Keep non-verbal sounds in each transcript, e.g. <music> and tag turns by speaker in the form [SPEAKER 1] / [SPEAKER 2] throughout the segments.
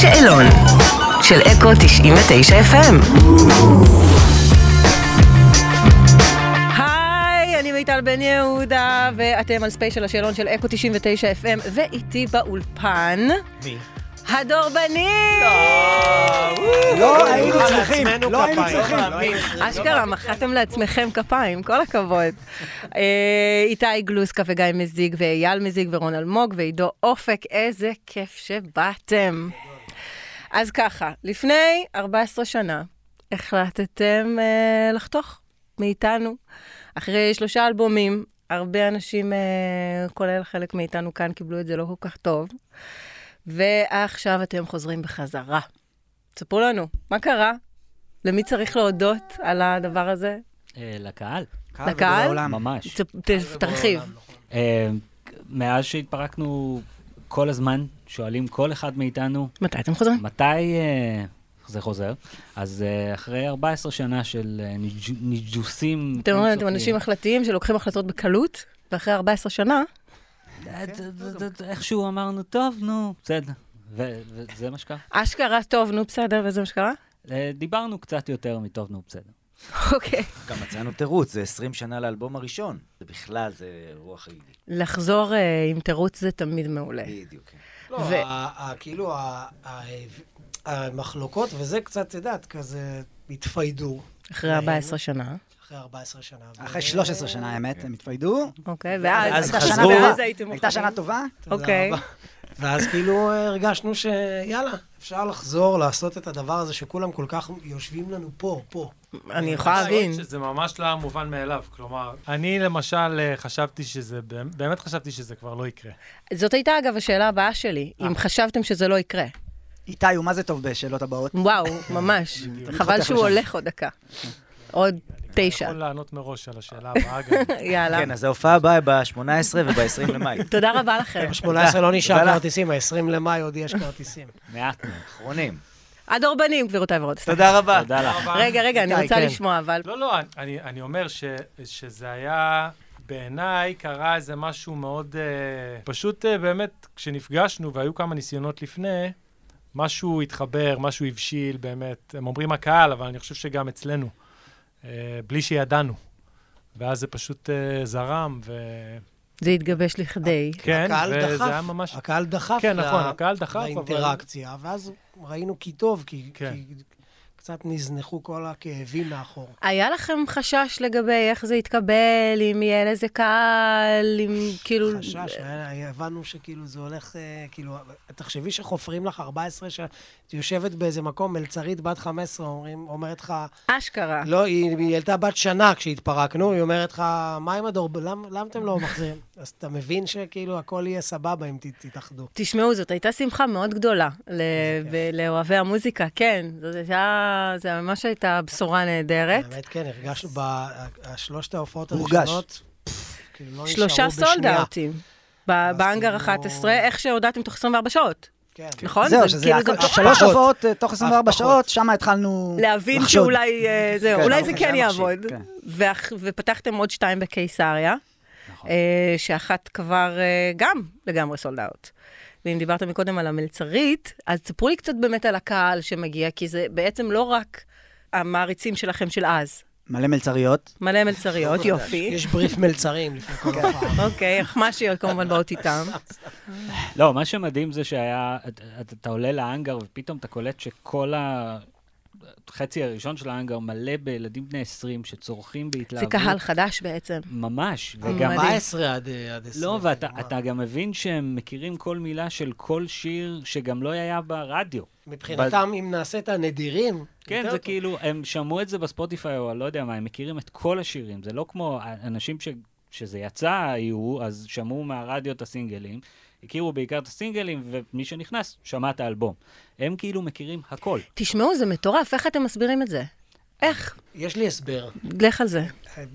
[SPEAKER 1] שאלון של אקו 99 FM.
[SPEAKER 2] היי, אני מיטל בן יהודה, ואתם על ספיישל השאלון של אקו 99 FM, ואיתי באולפן...
[SPEAKER 3] מי?
[SPEAKER 2] הדורבנים!
[SPEAKER 4] לא היינו צריכים,
[SPEAKER 3] לעצמנו
[SPEAKER 4] לא היינו
[SPEAKER 3] כפיים.
[SPEAKER 4] צריכים.
[SPEAKER 3] לא היינו צריכים.
[SPEAKER 2] אשכרה, מחאתם לעצמכם כפיים, כל הכבוד. אה, איתי גלוסקה וגיא מזיג, ואייל מזיג, ורון אלמוג, ועידו אופק, איזה כיף שבאתם. אז ככה, לפני 14 שנה החלטתם אה, לחתוך מאיתנו. אחרי שלושה אלבומים, הרבה אנשים, אה, כולל חלק מאיתנו כאן, קיבלו את זה לא כל כך טוב. ועכשיו אתם חוזרים בחזרה. ספרו לנו, מה קרה? למי צריך להודות על הדבר הזה?
[SPEAKER 5] אה, לקהל,
[SPEAKER 4] קהל ובורא
[SPEAKER 2] לקהל?
[SPEAKER 4] עולם.
[SPEAKER 5] ממש.
[SPEAKER 2] ת- ת- תרחיב.
[SPEAKER 5] אה, מאז שהתפרקנו, כל הזמן שואלים כל אחד מאיתנו,
[SPEAKER 2] מתי אתם חוזרים?
[SPEAKER 5] מתי אה, זה חוזר? אז אה, אחרי 14 שנה של אה, ניג'- ניג'וסים...
[SPEAKER 2] אתם אומרים, אתם
[SPEAKER 5] אינסופיים,
[SPEAKER 2] אנשים החלטיים שלוקחים החלטות בקלות, ואחרי 14 שנה,
[SPEAKER 5] אה, ד- ד- ד- ד- איכשהו אמרנו, טוב, נו, בסדר. ו- וזה מה שקרה.
[SPEAKER 2] אשכרה טוב, נו בסדר, וזה מה שקרה? <laughs>
[SPEAKER 5] אה, דיברנו קצת יותר מטוב, נו, בסדר.
[SPEAKER 2] אוקיי.
[SPEAKER 4] גם מצאנו תירוץ, זה 20 שנה לאלבום הראשון. זה בכלל, זה רוח רגעית.
[SPEAKER 2] לחזור אה, עם תירוץ זה תמיד מעולה.
[SPEAKER 4] בדיוק. כן.
[SPEAKER 3] לא,
[SPEAKER 2] ו-
[SPEAKER 3] ה- ה- כאילו, ה- ה- המחלוקות וזה קצת, את יודעת, כזה התפיידו
[SPEAKER 2] אחרי 14 שנה.
[SPEAKER 3] אחרי 14 שנה.
[SPEAKER 6] אחרי
[SPEAKER 3] ו-
[SPEAKER 6] 13 שנה, האמת, הם התפיידו.
[SPEAKER 2] אוקיי, ואז
[SPEAKER 6] אז
[SPEAKER 4] אז
[SPEAKER 6] הייתה
[SPEAKER 4] חזרו.
[SPEAKER 6] שנה טובה,
[SPEAKER 2] ואז הייתם
[SPEAKER 6] הייתה
[SPEAKER 2] מוכנים.
[SPEAKER 6] שנה טובה?
[SPEAKER 3] תודה
[SPEAKER 2] אוקיי.
[SPEAKER 3] רבה. ואז כאילו אה, הרגשנו שיאללה, אפשר לחזור לעשות את הדבר הזה שכולם כל כך יושבים לנו פה, פה.
[SPEAKER 2] אני יכולה להבין.
[SPEAKER 7] שזה ממש לא היה מובן מאליו, כלומר, אני למשל אה, חשבתי שזה, באמת חשבתי שזה כבר לא יקרה.
[SPEAKER 2] זאת הייתה, אגב, השאלה הבאה שלי,
[SPEAKER 4] אה.
[SPEAKER 2] אם חשבתם שזה לא יקרה.
[SPEAKER 6] איתי, הוא מה זה טוב בשאלות הבאות?
[SPEAKER 2] וואו, ממש. חבל שהוא הולך עוד דקה. עוד תשע.
[SPEAKER 7] יכול לענות מראש על השאלה הבאה גם. <laughs>
[SPEAKER 2] יאללה.
[SPEAKER 4] כן, אז ההופעה הבאה היא ב-18 וב-20
[SPEAKER 6] <laughs>
[SPEAKER 4] למאי.
[SPEAKER 2] תודה רבה לכם.
[SPEAKER 3] ב-18 לא
[SPEAKER 4] תודה
[SPEAKER 3] נשאר
[SPEAKER 4] לך.
[SPEAKER 3] כרטיסים, ה-20 למאי עוד יש
[SPEAKER 7] <laughs>
[SPEAKER 3] כרטיסים.
[SPEAKER 5] מעט מאוד.
[SPEAKER 4] אחרונים.
[SPEAKER 2] הדורבנים, גבירותיי ורודסטייל.
[SPEAKER 4] תודה רבה.
[SPEAKER 5] תודה לך.
[SPEAKER 2] רגע, רגע, אני
[SPEAKER 3] איתי,
[SPEAKER 2] רוצה
[SPEAKER 3] כן.
[SPEAKER 2] לשמוע, אבל...
[SPEAKER 7] לא, לא, אני, אני אומר ש, שזה היה, בעיניי קרה איזה משהו מאוד, אה, פשוט אה, באמת, כשנפגשנו והיו כמה ניסיונות לפני, משהו התחבר, משהו הבשיל באמת. הם אומרים הקהל, אבל אני חושב שגם אצלנו, אה, בלי שידענו. ואז זה פשוט אה, זרם, וכן,
[SPEAKER 2] זה התגבש לכדי.
[SPEAKER 3] הקהל
[SPEAKER 7] כן, וזה
[SPEAKER 3] דחף,
[SPEAKER 7] היה ממש...
[SPEAKER 3] הקהל דחף.
[SPEAKER 7] כן,
[SPEAKER 3] ל-
[SPEAKER 7] נכון, הקהל דחף, אבל-
[SPEAKER 3] לאינטראקציה, ואז ראינו כי טוב, כי
[SPEAKER 7] כן.
[SPEAKER 3] כי קצת נזנחו כל הכאבים מאחור.
[SPEAKER 2] היה לכם חשש לגבי איך זה יתקבל, אם יהיה לזה קהל, אם כאילו...
[SPEAKER 3] חשש, היה- הבנו שכאילו זה הולך, אה, כאילו, תחשבי שחופרים לך 14 שנה, את יושבת באיזה מקום, מלצרית בת 15, אומרים, אומרת לך,
[SPEAKER 2] אשכרה.
[SPEAKER 3] לא, היא היא ילדה בת שנה כשהתפרקנו, היא אומרת לך, מה עם הדור, למ- למה אתם לא מחזירים? <laughs> אז אתה מבין שכאילו הכל יהיה סבבה אם ת- תתאחדו.
[SPEAKER 2] תשמעו, זאת הייתה שמחה מאוד גדולה ל- ב- לאוהבי המוזיקה, כן. זאת הייתה... זה ממש הייתה בשורה נהדרת.
[SPEAKER 3] באמת, כן, הרגשנו, בשלושת ההופעות
[SPEAKER 6] הורגש.
[SPEAKER 3] הראשונות, פפפ, כאילו לא נשארו
[SPEAKER 2] שלושה סולד
[SPEAKER 3] בשנייה.
[SPEAKER 2] אאוטים. באנגר
[SPEAKER 3] כאילו-
[SPEAKER 2] 11, איך שהודעתם תוך 24 שעות,
[SPEAKER 3] כן.
[SPEAKER 2] נכון?
[SPEAKER 6] זהו,
[SPEAKER 2] זה
[SPEAKER 6] שזה
[SPEAKER 2] כאילו גם
[SPEAKER 6] הכל-
[SPEAKER 2] תוך
[SPEAKER 6] שלוש
[SPEAKER 3] פחות.
[SPEAKER 6] הופעות אה, תוך 24
[SPEAKER 3] אף פחות.
[SPEAKER 6] שעות, שם התחלנו
[SPEAKER 2] להבין
[SPEAKER 6] לחשוד.
[SPEAKER 2] שאולי אה, זהו,
[SPEAKER 6] כן,
[SPEAKER 2] אולי
[SPEAKER 6] נכון,
[SPEAKER 2] זה
[SPEAKER 6] זה
[SPEAKER 2] כן
[SPEAKER 6] המכשיר,
[SPEAKER 2] יעבוד.
[SPEAKER 6] כן.
[SPEAKER 2] ואח- ופתחתם עוד שתיים בקיסריה,
[SPEAKER 3] נכון.
[SPEAKER 2] אה, שאחת כבר אה, גם לגמרי סולד אאוט. ואם דיברת מקודם על המלצרית, אז ספרו לי קצת באמת על הקהל שמגיע, כי זה בעצם לא רק המעריצים שלכם של אז,
[SPEAKER 6] מלא מלצריות.
[SPEAKER 2] מלא
[SPEAKER 3] <laughs>
[SPEAKER 2] מלצריות, יופי.
[SPEAKER 3] לא, יש בריף מלצרים לפני כל הופעה.
[SPEAKER 2] אוקיי, אחמ"שיות כמובן באות איתם.
[SPEAKER 5] לא, מה שמדהים זה שהיה, אתה, אתה עולה להאנגר ופתאום אתה קולט שכל החצי הראשון של ההאנגר מלא בילדים בני 20 שצורכים
[SPEAKER 2] זה
[SPEAKER 5] בהתלהבות.
[SPEAKER 2] קהל חדש בעצם.
[SPEAKER 5] ממש.
[SPEAKER 2] מדהים.
[SPEAKER 5] וגם...
[SPEAKER 3] 14 עד אה, עד 20.
[SPEAKER 5] לא, ואתה אתה גם מבין שהם מכירים כל מילה של כל שיר שגם לא היה ברדיו.
[SPEAKER 3] מבחינתם, אם נעשה את הנדירים...
[SPEAKER 5] כן,
[SPEAKER 3] יותר
[SPEAKER 5] זה
[SPEAKER 3] טוב.
[SPEAKER 5] כאילו, הם שמעו את זה בספוטיפיי, או אני לא יודע מה, הם מכירים את כל השירים. זה לא כמו אנשים ש... שזה יצא, היו, אז שמעו מהרדיו את הסינגלים, הכירו בעיקר את הסינגלים, ומי שנכנס, שמע את האלבום. הם כאילו מכירים הכל.
[SPEAKER 2] תשמעו, זה מטורף, איך אתם מסבירים את זה? איך?
[SPEAKER 3] יש לי הסבר.
[SPEAKER 2] לך על זה.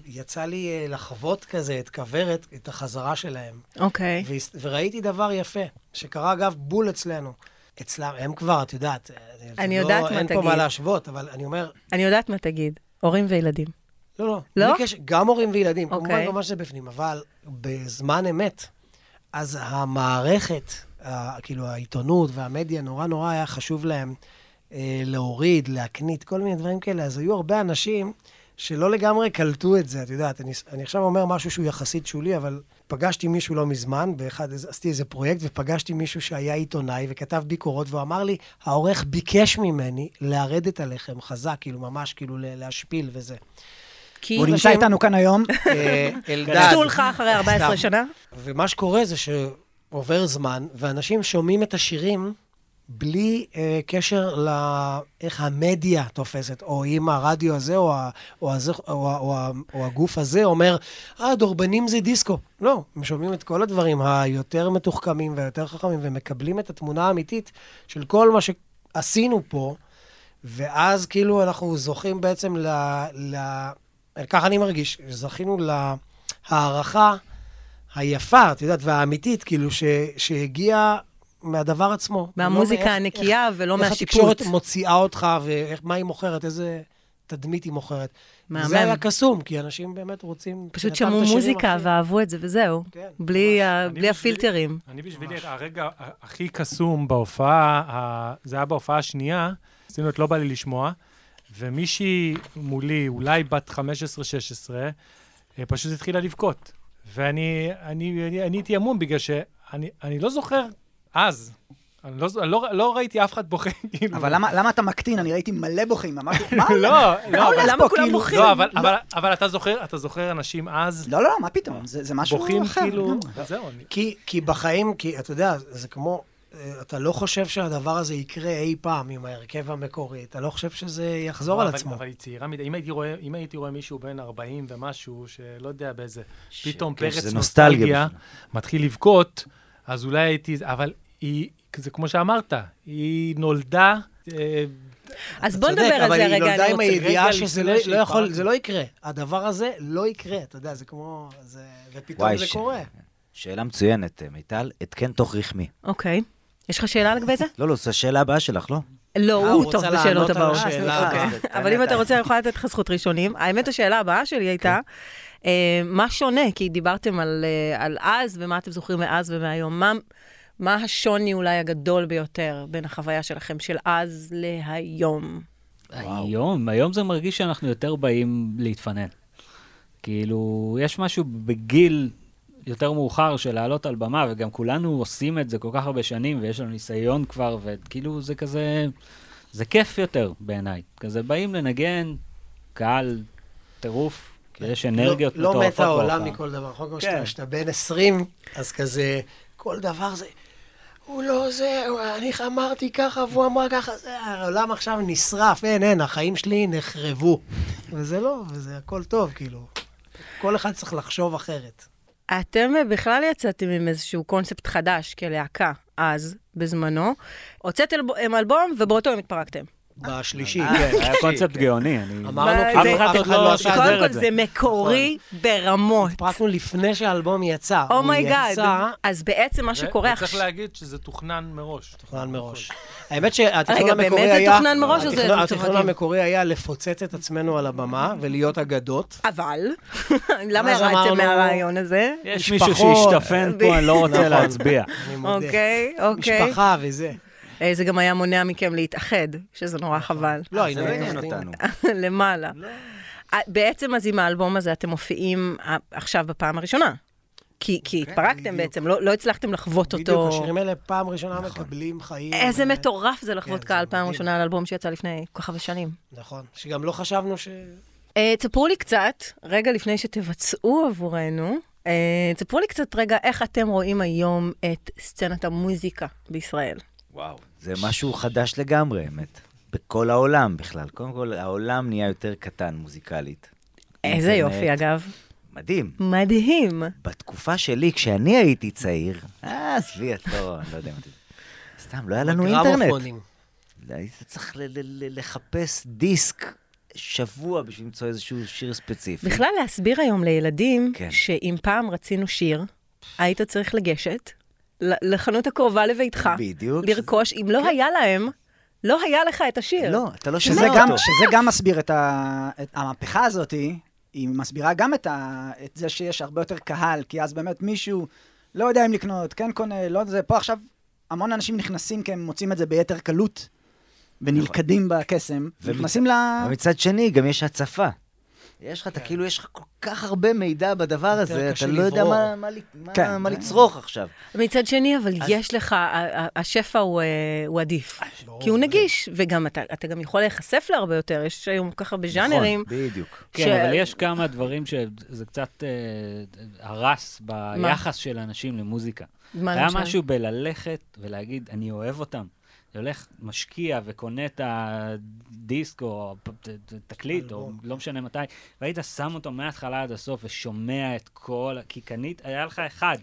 [SPEAKER 3] יצא לי אה, לחוות כזה את כוורת, את החזרה שלהם.
[SPEAKER 2] אוקיי.
[SPEAKER 3] והס- וראיתי דבר יפה, שקרה אגב בול אצלנו. אצלם, הם כבר, את יודעת. אה, זה
[SPEAKER 2] אני
[SPEAKER 3] לא-
[SPEAKER 2] יודעת מה
[SPEAKER 3] אין פה
[SPEAKER 2] תגיד.
[SPEAKER 3] מה להשוות, אבל אני אומר,
[SPEAKER 2] אני יודעת מה תגיד, הורים וילדים.
[SPEAKER 3] לא, לא.
[SPEAKER 2] לא?
[SPEAKER 3] בלי קשר, גם הורים וילדים,
[SPEAKER 2] אוקיי.
[SPEAKER 3] כמובן כמובן שזה בפנים, אבל בזמן אמת, אז המערכת, ה- ה- כאילו העיתונות והמדיה נורא נורא היה חשוב להם אה, להוריד, להקנית, כל מיני דברים כאלה. אז היו הרבה אנשים שלא לגמרי קלטו את זה, את יודעת. אני, אני עכשיו אומר משהו שהוא יחסית שולי, אבל פגשתי מישהו לא מזמן, באחד, אז עשיתי איזה פרויקט, ופגשתי מישהו שהיה עיתונאי וכתב ביקורות, והוא אמר לי, העורך ביקש ממני לרדת עליכם חזק, כאילו, ממש כאילו ל- להשפיל וזה.
[SPEAKER 2] כי
[SPEAKER 6] הוא נמצא איתנו כאן
[SPEAKER 2] <laughs>
[SPEAKER 6] היום.
[SPEAKER 3] אה, אלדד.
[SPEAKER 2] עשו לך אחרי 14
[SPEAKER 3] סתם. לא
[SPEAKER 2] שנה?
[SPEAKER 3] ומה שקורה זה שעובר זמן, ואנשים שומעים את השירים בלי אה, קשר לאיך המדיה תופסת, או אם הרדיו הזה, או, ה, או, הזה, או, ה- או, ה- או הגוף הזה אומר, אה, דורבנים זה דיסקו. לא, הם שומעים את כל הדברים היותר מתוחכמים והיותר חכמים, ומקבלים את התמונה האמיתית של כל מה שעשינו פה, ואז כאילו אנחנו זוכים בעצם ל... ל... ככה אני מרגיש, זכינו להערכה היפה, את יודעת, והאמיתית, כאילו, ש... שהגיעה מהדבר עצמו.
[SPEAKER 2] מהמוזיקה לא
[SPEAKER 3] ולא מאיך-
[SPEAKER 2] הנקייה ולא
[SPEAKER 3] איך
[SPEAKER 2] מהשיפוט.
[SPEAKER 3] התקשורת מוציאה אותך, ומה היא מוכרת, איזה תדמית היא מוכרת.
[SPEAKER 2] מהמם.
[SPEAKER 3] זה היה קסום, כי אנשים באמת רוצים...
[SPEAKER 2] פשוט
[SPEAKER 3] מבחינתם
[SPEAKER 2] שמעו
[SPEAKER 3] את השירים
[SPEAKER 2] מוזיקה
[SPEAKER 3] הכי-
[SPEAKER 2] ואהבו את זה וזהו.
[SPEAKER 3] כן,
[SPEAKER 2] בלי ה-
[SPEAKER 7] אני
[SPEAKER 2] בלי
[SPEAKER 7] בשבילי-
[SPEAKER 2] הפילטרים.
[SPEAKER 7] אני בשבילי, הרגע ה- הכי קסום בהופעה, ה- זה היה בהופעה השנייה, עשינו את לא בא לי לשמוע, ומישהי מולי, אולי בת 15-16, אה, פשוט התחילה לבכות. ואני אני, אני, אני הייתי המום בגלל שאני אני לא זוכר אז. אני לא, ז- לא, לא ראיתי אף אחד בוכה, <laughs> כאילו.
[SPEAKER 6] אבל למה למה אתה מקטין? אני ראיתי מלא בוכים. אמרתי,
[SPEAKER 4] <laughs>
[SPEAKER 6] מה?
[SPEAKER 7] לא, לא, אבל...
[SPEAKER 2] למה כולם
[SPEAKER 3] כאילו-
[SPEAKER 2] בוכים?
[SPEAKER 7] לא, אבל, אבל, אבל אתה זוכר, אתה זוכר אנשים אז
[SPEAKER 6] לא, לא, לא, מה פתאום? זה זה משהו אחר.
[SPEAKER 7] בוכים כאילו...
[SPEAKER 6] לגמרי.
[SPEAKER 7] זהו, אני...
[SPEAKER 3] כי, כי בחיים, כי אתה יודע, זה כמו, אה, אתה לא חושב שהדבר הזה יקרה אי פעם עם ההרכב המקורי, אתה לא חושב שזה יחזור על
[SPEAKER 7] אבל-
[SPEAKER 3] עצמו.
[SPEAKER 7] אבל היא צעירה מדי. אם הייתי רואה- אם הייתי רואה מישהו בן 40 ומשהו, שלא יודע באיזה, פתאום
[SPEAKER 4] כן,
[SPEAKER 7] פרץ
[SPEAKER 4] שזה
[SPEAKER 7] נוסטלגיה,
[SPEAKER 4] בשבילו.
[SPEAKER 7] מתחיל לבכות, אז אולי הייתי... אבל היא, זה כמו שאמרת, היא נולדה... אה,
[SPEAKER 2] אז בוא
[SPEAKER 3] צודק,
[SPEAKER 2] נדבר על
[SPEAKER 3] אבל
[SPEAKER 2] זה
[SPEAKER 3] היא
[SPEAKER 2] רגע,
[SPEAKER 3] נולדה
[SPEAKER 2] אני
[SPEAKER 3] עם
[SPEAKER 2] רוצה...
[SPEAKER 3] הידיעה
[SPEAKER 7] רגע
[SPEAKER 3] שזה
[SPEAKER 7] לפני
[SPEAKER 3] לא, לא
[SPEAKER 7] שהיא
[SPEAKER 3] יכול,
[SPEAKER 7] פרצה.
[SPEAKER 3] זה לא יקרה. הדבר הזה לא יקרה, אתה יודע, זה כמו... זה, ופתאום
[SPEAKER 4] וואי,
[SPEAKER 3] זה
[SPEAKER 4] ש-
[SPEAKER 3] קורה.
[SPEAKER 4] שאלה מצוינת, אה, מיטל, התקן תוך רחמי.
[SPEAKER 2] אוקיי. יש לך שאלה לגבי זה?
[SPEAKER 4] לא, לא, זו השאלה הבאה שלך, לא?
[SPEAKER 2] לא,
[SPEAKER 3] אה,
[SPEAKER 2] הוא
[SPEAKER 3] הוא
[SPEAKER 2] טוב
[SPEAKER 3] רוצה
[SPEAKER 2] בשאלות
[SPEAKER 3] לענות על
[SPEAKER 2] הבאות.
[SPEAKER 3] השאלה
[SPEAKER 2] אוקיי.
[SPEAKER 4] הבאה.
[SPEAKER 2] אבל אם אתה רוצה, אני יכולה לתת לך זכות ראשונים. האמת, השאלה הבאה שלי הייתה,
[SPEAKER 3] כן.
[SPEAKER 2] אה, מה שונה? כי דיברתם על אה, על אז, ומה אתם זוכרים מאז ומהיום. מה- מה השוני אולי הגדול ביותר בין החוויה שלכם של אז להיום?
[SPEAKER 5] היום, היום זה מרגיש שאנחנו יותר באים להתפנן. כאילו, יש משהו בגיל יותר מאוחר של לעלות על במה, וגם כולנו עושים את זה כל כך הרבה שנים, ויש לנו ניסיון כבר, וכאילו, זה כזה, זה כיף יותר בעיניי. כזה באים לנגן, קהל, טירוף, יש אנרגיות
[SPEAKER 3] לא, לא מת העולם
[SPEAKER 5] בהופעה.
[SPEAKER 3] מכל דבר. נכון, כמו
[SPEAKER 5] כן.
[SPEAKER 3] שאתה- שאתה בן 20, אז כזה, כל דבר זה... הוא לא זה, הוא- אני אמרתי ככה, והוא אמר ככה, זה, העולם עכשיו נשרף, אין, אין, החיים שלי נחרבו. וזה לא, וזה הכל טוב, כאילו. כל אחד צריך לחשוב אחרת.
[SPEAKER 2] אתם אה, בכלל יצאתם עם איזשהו קונספט חדש כלהקה אז, בזמנו. הוצאתם אלב- אה, אלבום, ובאותו יום התפרקתם.
[SPEAKER 3] בשלישי,
[SPEAKER 2] אה.
[SPEAKER 3] כן.
[SPEAKER 5] כן, היה קונספט גאוני, אני...
[SPEAKER 3] אמרנו,
[SPEAKER 2] אבל
[SPEAKER 3] כאילו,
[SPEAKER 2] זה-
[SPEAKER 3] אף אחד
[SPEAKER 5] קודם
[SPEAKER 3] לא עשה את נכון.
[SPEAKER 2] קודם
[SPEAKER 5] שחרר
[SPEAKER 2] כל
[SPEAKER 5] את זה.
[SPEAKER 2] זה מקורי ברמות.
[SPEAKER 3] פרקנו לפני שהאלבום יצא.
[SPEAKER 2] Oh
[SPEAKER 3] הוא
[SPEAKER 2] אומייגאד.
[SPEAKER 3] יצא
[SPEAKER 2] אז בעצם מה שקורה
[SPEAKER 7] וצריך
[SPEAKER 2] עכשיו...
[SPEAKER 7] להגיד שזה תוכנן מראש.
[SPEAKER 3] תוכנן מראש. האמת שהתכנון
[SPEAKER 2] רגע, באמת
[SPEAKER 3] המקורי
[SPEAKER 2] זה
[SPEAKER 3] היה...
[SPEAKER 2] תוכנן מראש או זה
[SPEAKER 3] התכנון-
[SPEAKER 2] מצוחקים?
[SPEAKER 3] התכנון המקורי היה לפוצץ את עצמנו על הבמה ולהיות אגדות.
[SPEAKER 2] אבל, <laughs> למה
[SPEAKER 3] אז
[SPEAKER 2] ירדתם
[SPEAKER 3] אמרנו-
[SPEAKER 2] מהרעיון הזה?
[SPEAKER 5] יש
[SPEAKER 3] משפחות.
[SPEAKER 5] מישהו שהשתפן פה, אני לא רוצה
[SPEAKER 3] נכון.
[SPEAKER 5] להצביע.
[SPEAKER 3] אני מודה.
[SPEAKER 2] אוקיי, אוקיי.
[SPEAKER 3] משפחה וזה.
[SPEAKER 2] אה, זה גם היה מונע מכם להתאחד, שזה נורא חבל. <laughs>
[SPEAKER 3] לא,
[SPEAKER 4] זה לא
[SPEAKER 3] היינו-
[SPEAKER 4] עניין אותנו.
[SPEAKER 2] למעלה.
[SPEAKER 3] לא.
[SPEAKER 2] אה, בעצם אז עם האלבום הזה אתם מופיעים אה, עכשיו בפעם הראשונה. כי כי התפרקתם בעצם, לא לא הצלחתם לחוות
[SPEAKER 3] אוקיי, בדיוק,
[SPEAKER 2] אותו.
[SPEAKER 3] השירים האלה פעם ראשונה מקבלים חיים.
[SPEAKER 2] איזה
[SPEAKER 3] אה,
[SPEAKER 2] מטורף זה לחוות
[SPEAKER 3] זה
[SPEAKER 2] קהל פעם
[SPEAKER 3] מדהים.
[SPEAKER 2] ראשונה על אלבום שיצא לפני כל כך הרבה שנים.
[SPEAKER 3] נכון, שגם לא חשבנו ש...
[SPEAKER 2] אה, תספרו לי קצת, רגע לפני שתבצעו עבורנו, אה, תספרו לי קצת רגע איך אתם רואים היום את סצנת המוזיקה בישראל.
[SPEAKER 4] וואו. זה משהו חדש לגמרי, האמת. בכל העולם בכלל. קודם כל, העולם נהיה יותר קטן מוזיקלית.
[SPEAKER 2] איזה
[SPEAKER 4] אינטרנט.
[SPEAKER 2] יופי, אגב.
[SPEAKER 4] מדהים.
[SPEAKER 2] מדהים.
[SPEAKER 4] בתקופה שלי, כשאני הייתי צעיר, אה, עזבי את לא, אני לא יודע מה זה. סתם, לא היה לנו אינטרנט.
[SPEAKER 3] גרמופונים.
[SPEAKER 4] לא, היית צריך ל- ל- ל- לחפש דיסק שבוע בשביל למצוא איזשהו שיר ספציפי.
[SPEAKER 2] בכלל להסביר היום לילדים,
[SPEAKER 4] כן.
[SPEAKER 2] שאם פעם רצינו שיר, היית צריך לגשת ל- לחנות הקרובה לביתך,
[SPEAKER 4] בדיוק. כן.
[SPEAKER 2] לרכוש, אם לא היה להם, לא היה לך את השיר.
[SPEAKER 4] לא, אתה לא
[SPEAKER 6] שזה
[SPEAKER 4] שומע
[SPEAKER 6] גם,
[SPEAKER 4] אותו.
[SPEAKER 6] שזה גם מסביר את, ה... את המהפכה הזאת, היא מסבירה גם את, ה... את זה שיש הרבה יותר קהל, כי אז באמת מישהו לא יודע אם לקנות, כן קונה, לא זה, פה עכשיו המון אנשים נכנסים כי הם מוצאים את זה ביתר קלות, ונלכדים בקסם,
[SPEAKER 4] ומ-
[SPEAKER 6] נכנסים ל...
[SPEAKER 4] ומצד שני, גם יש הצפה. יש לך, אתה כאילו, יש לך כל כך הרבה מידע בדבר הזה,
[SPEAKER 3] קשה
[SPEAKER 4] אתה לא יודע
[SPEAKER 3] לברור.
[SPEAKER 4] מה- מה ל- מה-
[SPEAKER 6] כן.
[SPEAKER 4] מה לצרוך עכשיו.
[SPEAKER 2] מצד שני, אבל יש לך, ה- ה- השפע הוא, אה, הוא עדיף. כי הוא נגיש, וגם אתה, אתה גם יכול להיחשף להרבה יותר, יש היום ככה בז'אנרים.
[SPEAKER 4] נכון, בדיוק.
[SPEAKER 2] ש-
[SPEAKER 5] כן, אבל יש כמה דברים שזה קצת אה, הרס ביחס של אנשים למוזיקה.
[SPEAKER 2] מה
[SPEAKER 5] היה
[SPEAKER 2] למשל?
[SPEAKER 5] משהו בללכת ולהגיד, אני אוהב אותם. אני הולך, משקיע וקונה את הדיסק או הפ- ת- ת- תקליט, או לא משנה מתי, והיית שם אותו מההתחלה עד הסוף ושומע את כל, ה- כי קנית, היה לך אחד.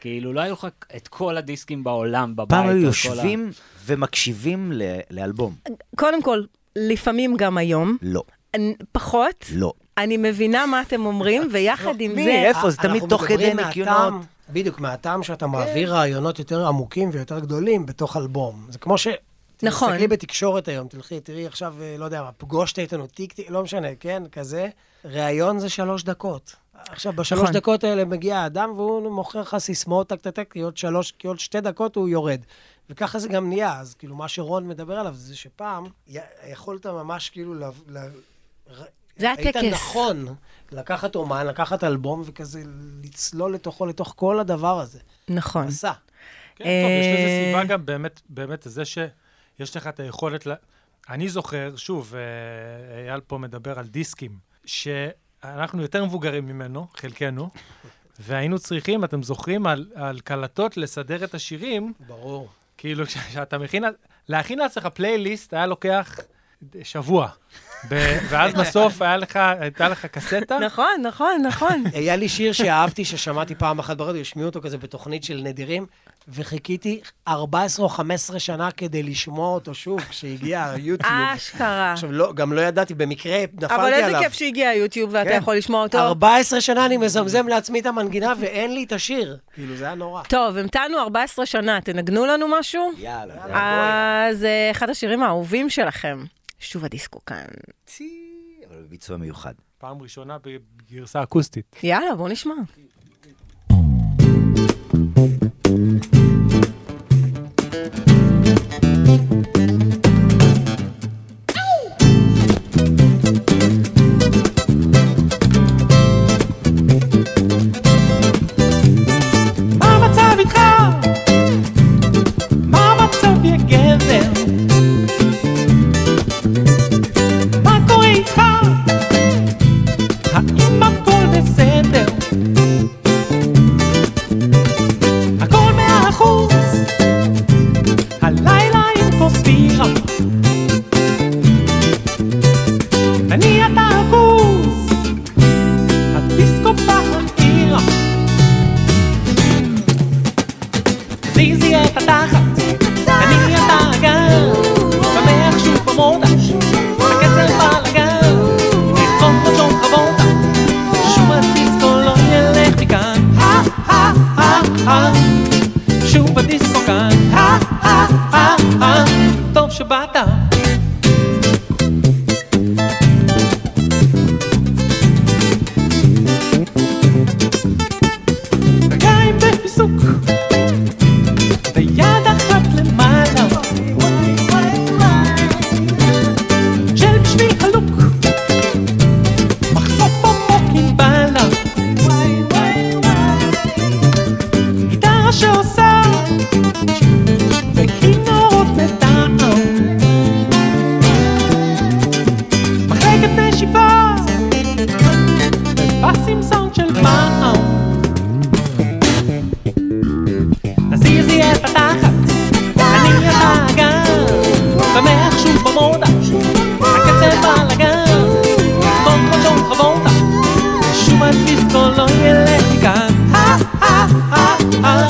[SPEAKER 5] כאילו, לא היו לך את כל הדיסקים בעולם בבית.
[SPEAKER 4] פעם
[SPEAKER 5] או
[SPEAKER 4] היו
[SPEAKER 5] כל ה-
[SPEAKER 4] יושבים ומקשיבים ל- לאלבום.
[SPEAKER 2] קודם כל, לפעמים גם היום,
[SPEAKER 4] לא,
[SPEAKER 2] אני- פחות,
[SPEAKER 4] לא.
[SPEAKER 2] אני מבינה מה אתם אומרים, ויחד עם
[SPEAKER 4] מי,
[SPEAKER 2] זה...
[SPEAKER 4] איפה? זה
[SPEAKER 3] אנחנו
[SPEAKER 4] תמיד תוך
[SPEAKER 3] מדברים
[SPEAKER 4] כדי כן.
[SPEAKER 3] מהטעם-
[SPEAKER 4] ניקיונות.
[SPEAKER 3] בדיוק, מהטעם שאתה מעביר רעיונות יותר עמוקים ויותר גדולים בתוך אלבום. זה כמו ש...
[SPEAKER 2] נכון.
[SPEAKER 3] תסתכלי בתקשורת היום, תלכי, תראי עכשיו, אה, לא יודע מה, פגוש את העיתונות, טיק טיק, לא משנה, כן, כזה. ראיון זה שלוש דקות. עכשיו, בשלוש
[SPEAKER 2] נכון.
[SPEAKER 3] דקות האלה מגיע האדם והוא מוכר לך סיסמאות טקטטק, כי עוד שלוש, כי עוד שתי דקות הוא יורד. וככה זה גם נהיה, אז כאילו, מה שרון מדבר עליו זה שפעם י- יכולת ממש כאילו ל... ל- ר-
[SPEAKER 2] זה
[SPEAKER 3] היית
[SPEAKER 2] הטקס.
[SPEAKER 3] נכון לקחת אומן, לקחת אלבום וכזה לצלול לתוכו, לתוך כל הדבר הזה.
[SPEAKER 2] נכון.
[SPEAKER 3] מסע.
[SPEAKER 7] כן, טוב, יש לזה
[SPEAKER 2] אה,
[SPEAKER 7] סיבה גם באמת, באמת, זה שיש לך את היכולת ל... אני זוכר, שוב, אה, אייל פה מדבר על דיסקים, שאנחנו יותר מבוגרים ממנו, חלקנו, והיינו צריכים, אתם זוכרים, על, על קלטות לסדר את השירים,
[SPEAKER 3] ברור.
[SPEAKER 7] כאילו, כש- כשאתה מכין, להכין לעצמך פלייליסט היה לוקח שבוע. ב- ואז בסוף היה לך, הייתה לך קסטה,
[SPEAKER 2] נכון, נכון, נכון.
[SPEAKER 3] היה לי שיר שאהבתי, ששמעתי פעם אחת ברדיו, השמיעו אותו כזה בתוכנית של נדירים, וחיכיתי 14 או 15 שנה כדי לשמוע אותו שוב, כשהגיע היוטיוב.
[SPEAKER 2] אשכרה.
[SPEAKER 3] כאילו, עכשיו, לא, גם לא ידעתי, במקרה נפלתי עליו.
[SPEAKER 2] אה. אבל איזה כיף שהגיע היוטיוב ואתה
[SPEAKER 3] כן.
[SPEAKER 2] יכול לשמוע אותו.
[SPEAKER 3] 14 שנה אני מזמזם לעצמי את המנגינה ואין לי את השיר. כאילו, זה היה נורא.
[SPEAKER 2] טוב, המתנו 14 שנה, תנגנו לנו משהו?
[SPEAKER 4] יאללה. זה-
[SPEAKER 2] אז אה, אחד השירים האהובים שלכם, שוב הדיסקו כאן.
[SPEAKER 4] צי, אבל בביצוע מיוחד.
[SPEAKER 7] פעם ראשונה בגרסה אקוסטית.
[SPEAKER 2] יאללה, בואו נשמע.
[SPEAKER 8] מה המצב איתך? מה המצב יא גבר? מה קורה איתך? האם הכל בסדר? הכל מאה אחוז הלילה עם כוס בירה אני אתה הכוס הדיסקו בעקירה זיזי את התחת, אני את האגן, שמח שוב במודה, הקצב בלאגן, נרקום ראשון חבודה, שום הדיסקו לא ילך מכאן, אה, אה, אה, אה, שוב הדיסקו כאן, אה, אה, אה, אה, טוב שבאת. רגליים בפיסוק ויד אחת למעלה. של בשמי הלוק, מחשוף עמוק עם בעלה. גיטרה שעושה, וכינורות מטעם. מחלקת נשיפה, ובאס עם סאונד של פעם. תזיזי את התחת, אני הגן, שמח שוב במודה, הקצב בלאגן, כל חשוב חבודה, שום הדיסקו לא ילך מכאן, אה, אה, אה, אה,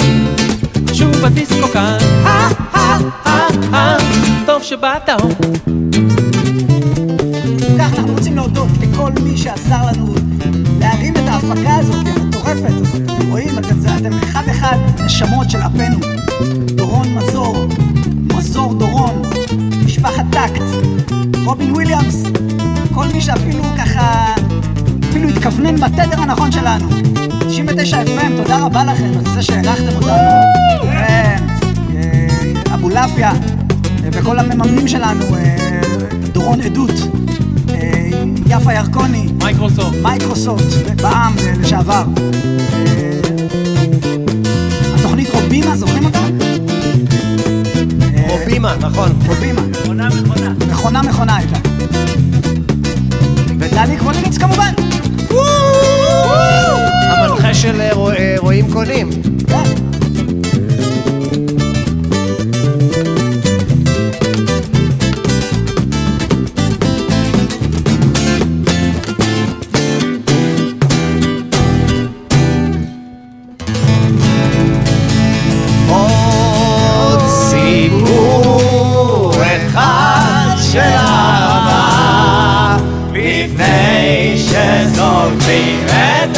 [SPEAKER 8] שוב הדיסקו כאן, אה, אה, אה, אה, טוב שבאת,
[SPEAKER 6] כך אנחנו רוצים להודות לכל מי שעזר לנו להרים את ההפקה הזאת, המטורפת הזאת. אתם רואים, אתם, זה- אתם אחד אחד נשמות של אפינו. דורון מזור, מזור דורון, משפחת טקט, רובין וויליאמס, כל מי שאפילו ככה, אפילו התכוונן בתדר הנכון שלנו. 99 FM, תודה רבה לכם על זה שהערכתם אותנו. כן, כן. מוזיקה, אה, וכל המממנים שלנו, אה, דורון עדות, אה, יפה ירקוני,
[SPEAKER 7] מייקרוסופט.
[SPEAKER 6] מייקרוסופט, בע"מ אה, לשעבר. אה, התוכנית רובימה, זוכרים אותה? אה,
[SPEAKER 3] או בימה, נכון.
[SPEAKER 6] רובימה. מכונה מכונה. מכונה מכונה הייתה. ודני קרולניץ כמובן.
[SPEAKER 3] המנחה של אה, רוא- אה, רואים קונים.
[SPEAKER 6] כן.
[SPEAKER 3] עוד סיפור אחד של אהבה לפני שזוכרים את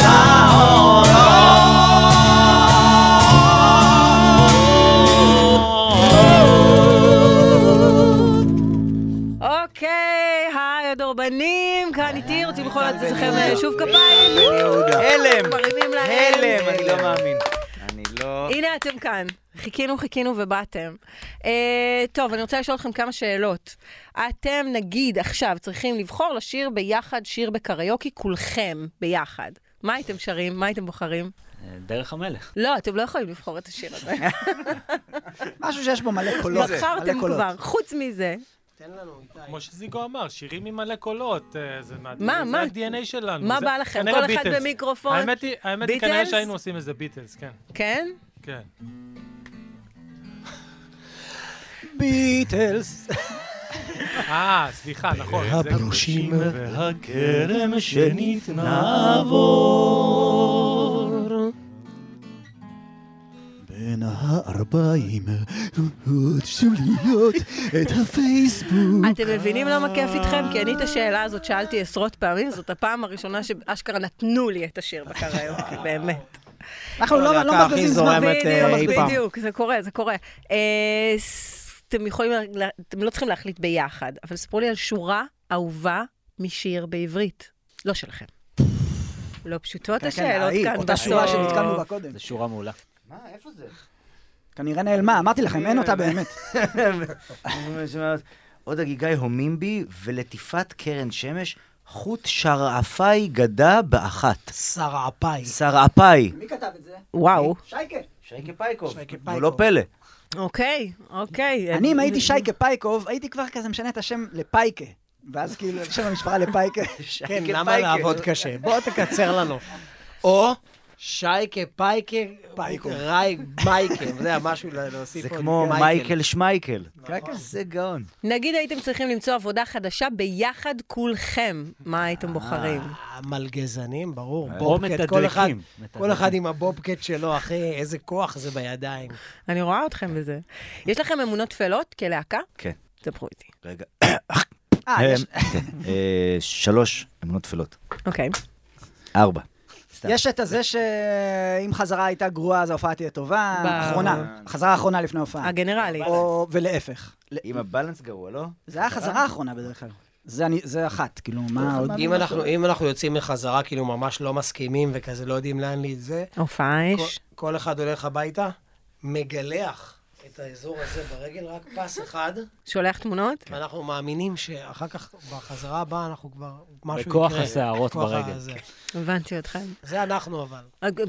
[SPEAKER 2] אוקיי, היי הדורבנים, כאן איתי, רוצים בכל זאת אצלכם שוב כפיים?
[SPEAKER 4] הלם!
[SPEAKER 2] מרימים להם.
[SPEAKER 4] הלם, <laughs> אני לא מאמין. אני לא...
[SPEAKER 2] הנה אתם כאן, חיכינו, חיכינו ובאתם. אה, טוב, אני רוצה לשאול אתכם כמה שאלות. אתם, נגיד, עכשיו צריכים לבחור לשיר ביחד שיר בקריוקי, כולכם ביחד. מה הייתם שרים? מה הייתם בוחרים?
[SPEAKER 5] אה, דרך המלך.
[SPEAKER 2] לא, אתם לא יכולים לבחור את השיר הזה.
[SPEAKER 6] משהו שיש בו מלא קולות.
[SPEAKER 2] בחרתם
[SPEAKER 6] מלא קולות.
[SPEAKER 2] לא, כבר, חוץ מזה.
[SPEAKER 7] כמו שזיגו אמר, שירים עם מלא קולות, אה, זה מה,
[SPEAKER 2] מה, מה?
[SPEAKER 7] זה ה-DNA שלנו.
[SPEAKER 2] מה
[SPEAKER 7] זה
[SPEAKER 2] בא לכם?
[SPEAKER 7] כנראה
[SPEAKER 2] כל אחד
[SPEAKER 7] ביטלס.
[SPEAKER 2] במיקרופון?
[SPEAKER 7] האמת היא, האמת היא כנראה
[SPEAKER 2] ביטלס?
[SPEAKER 7] שהיינו עושים איזה ביטלס, כן,
[SPEAKER 2] כן?
[SPEAKER 7] כן.
[SPEAKER 3] ביטלס.
[SPEAKER 7] <laughs> אה, סליחה, נכון. זה-
[SPEAKER 3] הפרושים
[SPEAKER 7] והכרם
[SPEAKER 3] שנתנעבור.
[SPEAKER 9] בין הארבעים עוד שוליות את הפייסבוק.
[SPEAKER 2] אתם מבינים למה כיף איתכם? כי אני את השאלה הזאת שאלתי עשרות פעמים, זאת הפעם הראשונה שאשכרה נתנו לי את השיר
[SPEAKER 6] <laughs>
[SPEAKER 2] בקריוקי, באמת.
[SPEAKER 6] אנחנו לא לא
[SPEAKER 3] אתה הכי
[SPEAKER 6] מבזבזים זמן.
[SPEAKER 3] זורם. באמת, אה, אי
[SPEAKER 2] בדיוק,
[SPEAKER 3] פעם.
[SPEAKER 2] בדיוק, זה קורה, זה קורה. אה, ס- אתם יכולים, לה- אתם לא צריכים להחליט ביחד, אבל ספרו לי על שורה אהובה משיר בעברית. לא שלכם. לא פשוטות
[SPEAKER 6] כן,
[SPEAKER 2] השאלות
[SPEAKER 6] ההיא,
[SPEAKER 2] כאן
[SPEAKER 6] אותה שורה שנתקלנו בה
[SPEAKER 2] בסוף.
[SPEAKER 6] קודם.
[SPEAKER 5] זו שורה מעולה.
[SPEAKER 6] כנראה נעלמה, אמרתי לכם, אין אותה באמת.
[SPEAKER 4] <laughs> עוד הגיגי הומים בי ולטיפת קרן שמש, חוט שרעפיי גדה באחת.
[SPEAKER 3] סרעפאי.
[SPEAKER 4] שרעפיי.
[SPEAKER 6] מי כתב את זה?
[SPEAKER 2] וואו.
[SPEAKER 6] שייקה.
[SPEAKER 4] שייקה פייקוב.
[SPEAKER 3] שייקה פייקוב.
[SPEAKER 4] נו, לא פלא.
[SPEAKER 2] אוקיי, אוקיי.
[SPEAKER 6] אני, אם הייתי שייקה פייקוב, הייתי כבר כזה משנה את השם לפייקה. ואז כאילו, שם המשפחה <laughs> לפייקה.
[SPEAKER 3] <laughs> כן,
[SPEAKER 4] שייקה
[SPEAKER 3] למה
[SPEAKER 4] פייקה.
[SPEAKER 3] לעבוד קשה? בוא תקצר לנו. או שייקה פייקה,
[SPEAKER 6] פייקו.
[SPEAKER 3] ראי מייקה, אתה יודע, משהו לה- להוסיף.
[SPEAKER 4] זה
[SPEAKER 3] עוד.
[SPEAKER 4] כמו
[SPEAKER 3] מייקל.
[SPEAKER 4] מייקל שמייקל.
[SPEAKER 6] כן, כן.
[SPEAKER 4] זה גאון.
[SPEAKER 2] נגיד הייתם צריכים למצוא עבודה חדשה ביחד כולכם, מה הייתם בוחרים?
[SPEAKER 3] המלגזנים, ברור,
[SPEAKER 4] או
[SPEAKER 3] בובקט, אוקיי, כל אחד,
[SPEAKER 5] מתדלקים,
[SPEAKER 3] כל אחד עם הבובקט שלו, אחי, איזה כוח זה בידיים.
[SPEAKER 2] אני רואה אתכם בזה. יש לכם אמונות טפלות כלהקה?
[SPEAKER 4] כן.
[SPEAKER 2] תספרו איתי.
[SPEAKER 4] רגע.
[SPEAKER 6] אה, יש-
[SPEAKER 4] אה, שלוש אמונות תפילות.
[SPEAKER 2] אוקיי.
[SPEAKER 4] ארבע. סתם.
[SPEAKER 6] יש את הזה שאם חזרה הייתה גרועה, אז ההופעה תהיה טובה.
[SPEAKER 2] ברור.
[SPEAKER 6] אחרונה. חזרה האחרונה לפני הופעה.
[SPEAKER 2] הגנרלית.
[SPEAKER 6] או- ולהפך.
[SPEAKER 4] עם הבלנס גרוע, לא?
[SPEAKER 6] זה היה חזרה האחרונה בדרך כלל. זה אני- זה אחת, כאילו, מה עוד?
[SPEAKER 3] אם אנחנו, אם אנחנו יוצאים מחזרה, כאילו ממש לא מסכימים וכזה לא יודעים לאן לי זה,
[SPEAKER 2] הופעה יש.
[SPEAKER 3] כל- כל אחד הולך הביתה, מגלח את האזור הזה ברגל, רק פס אחד,
[SPEAKER 2] שולח תמונות?
[SPEAKER 5] כן.
[SPEAKER 3] ואנחנו מאמינים שאחר כך, בחזרה הבאה, אנחנו כבר, משהו יקרה.
[SPEAKER 5] בכוח השערות
[SPEAKER 3] בכוח
[SPEAKER 5] ברגל.
[SPEAKER 3] הזה.
[SPEAKER 2] הבנתי אתכם.
[SPEAKER 3] זה אנחנו אבל.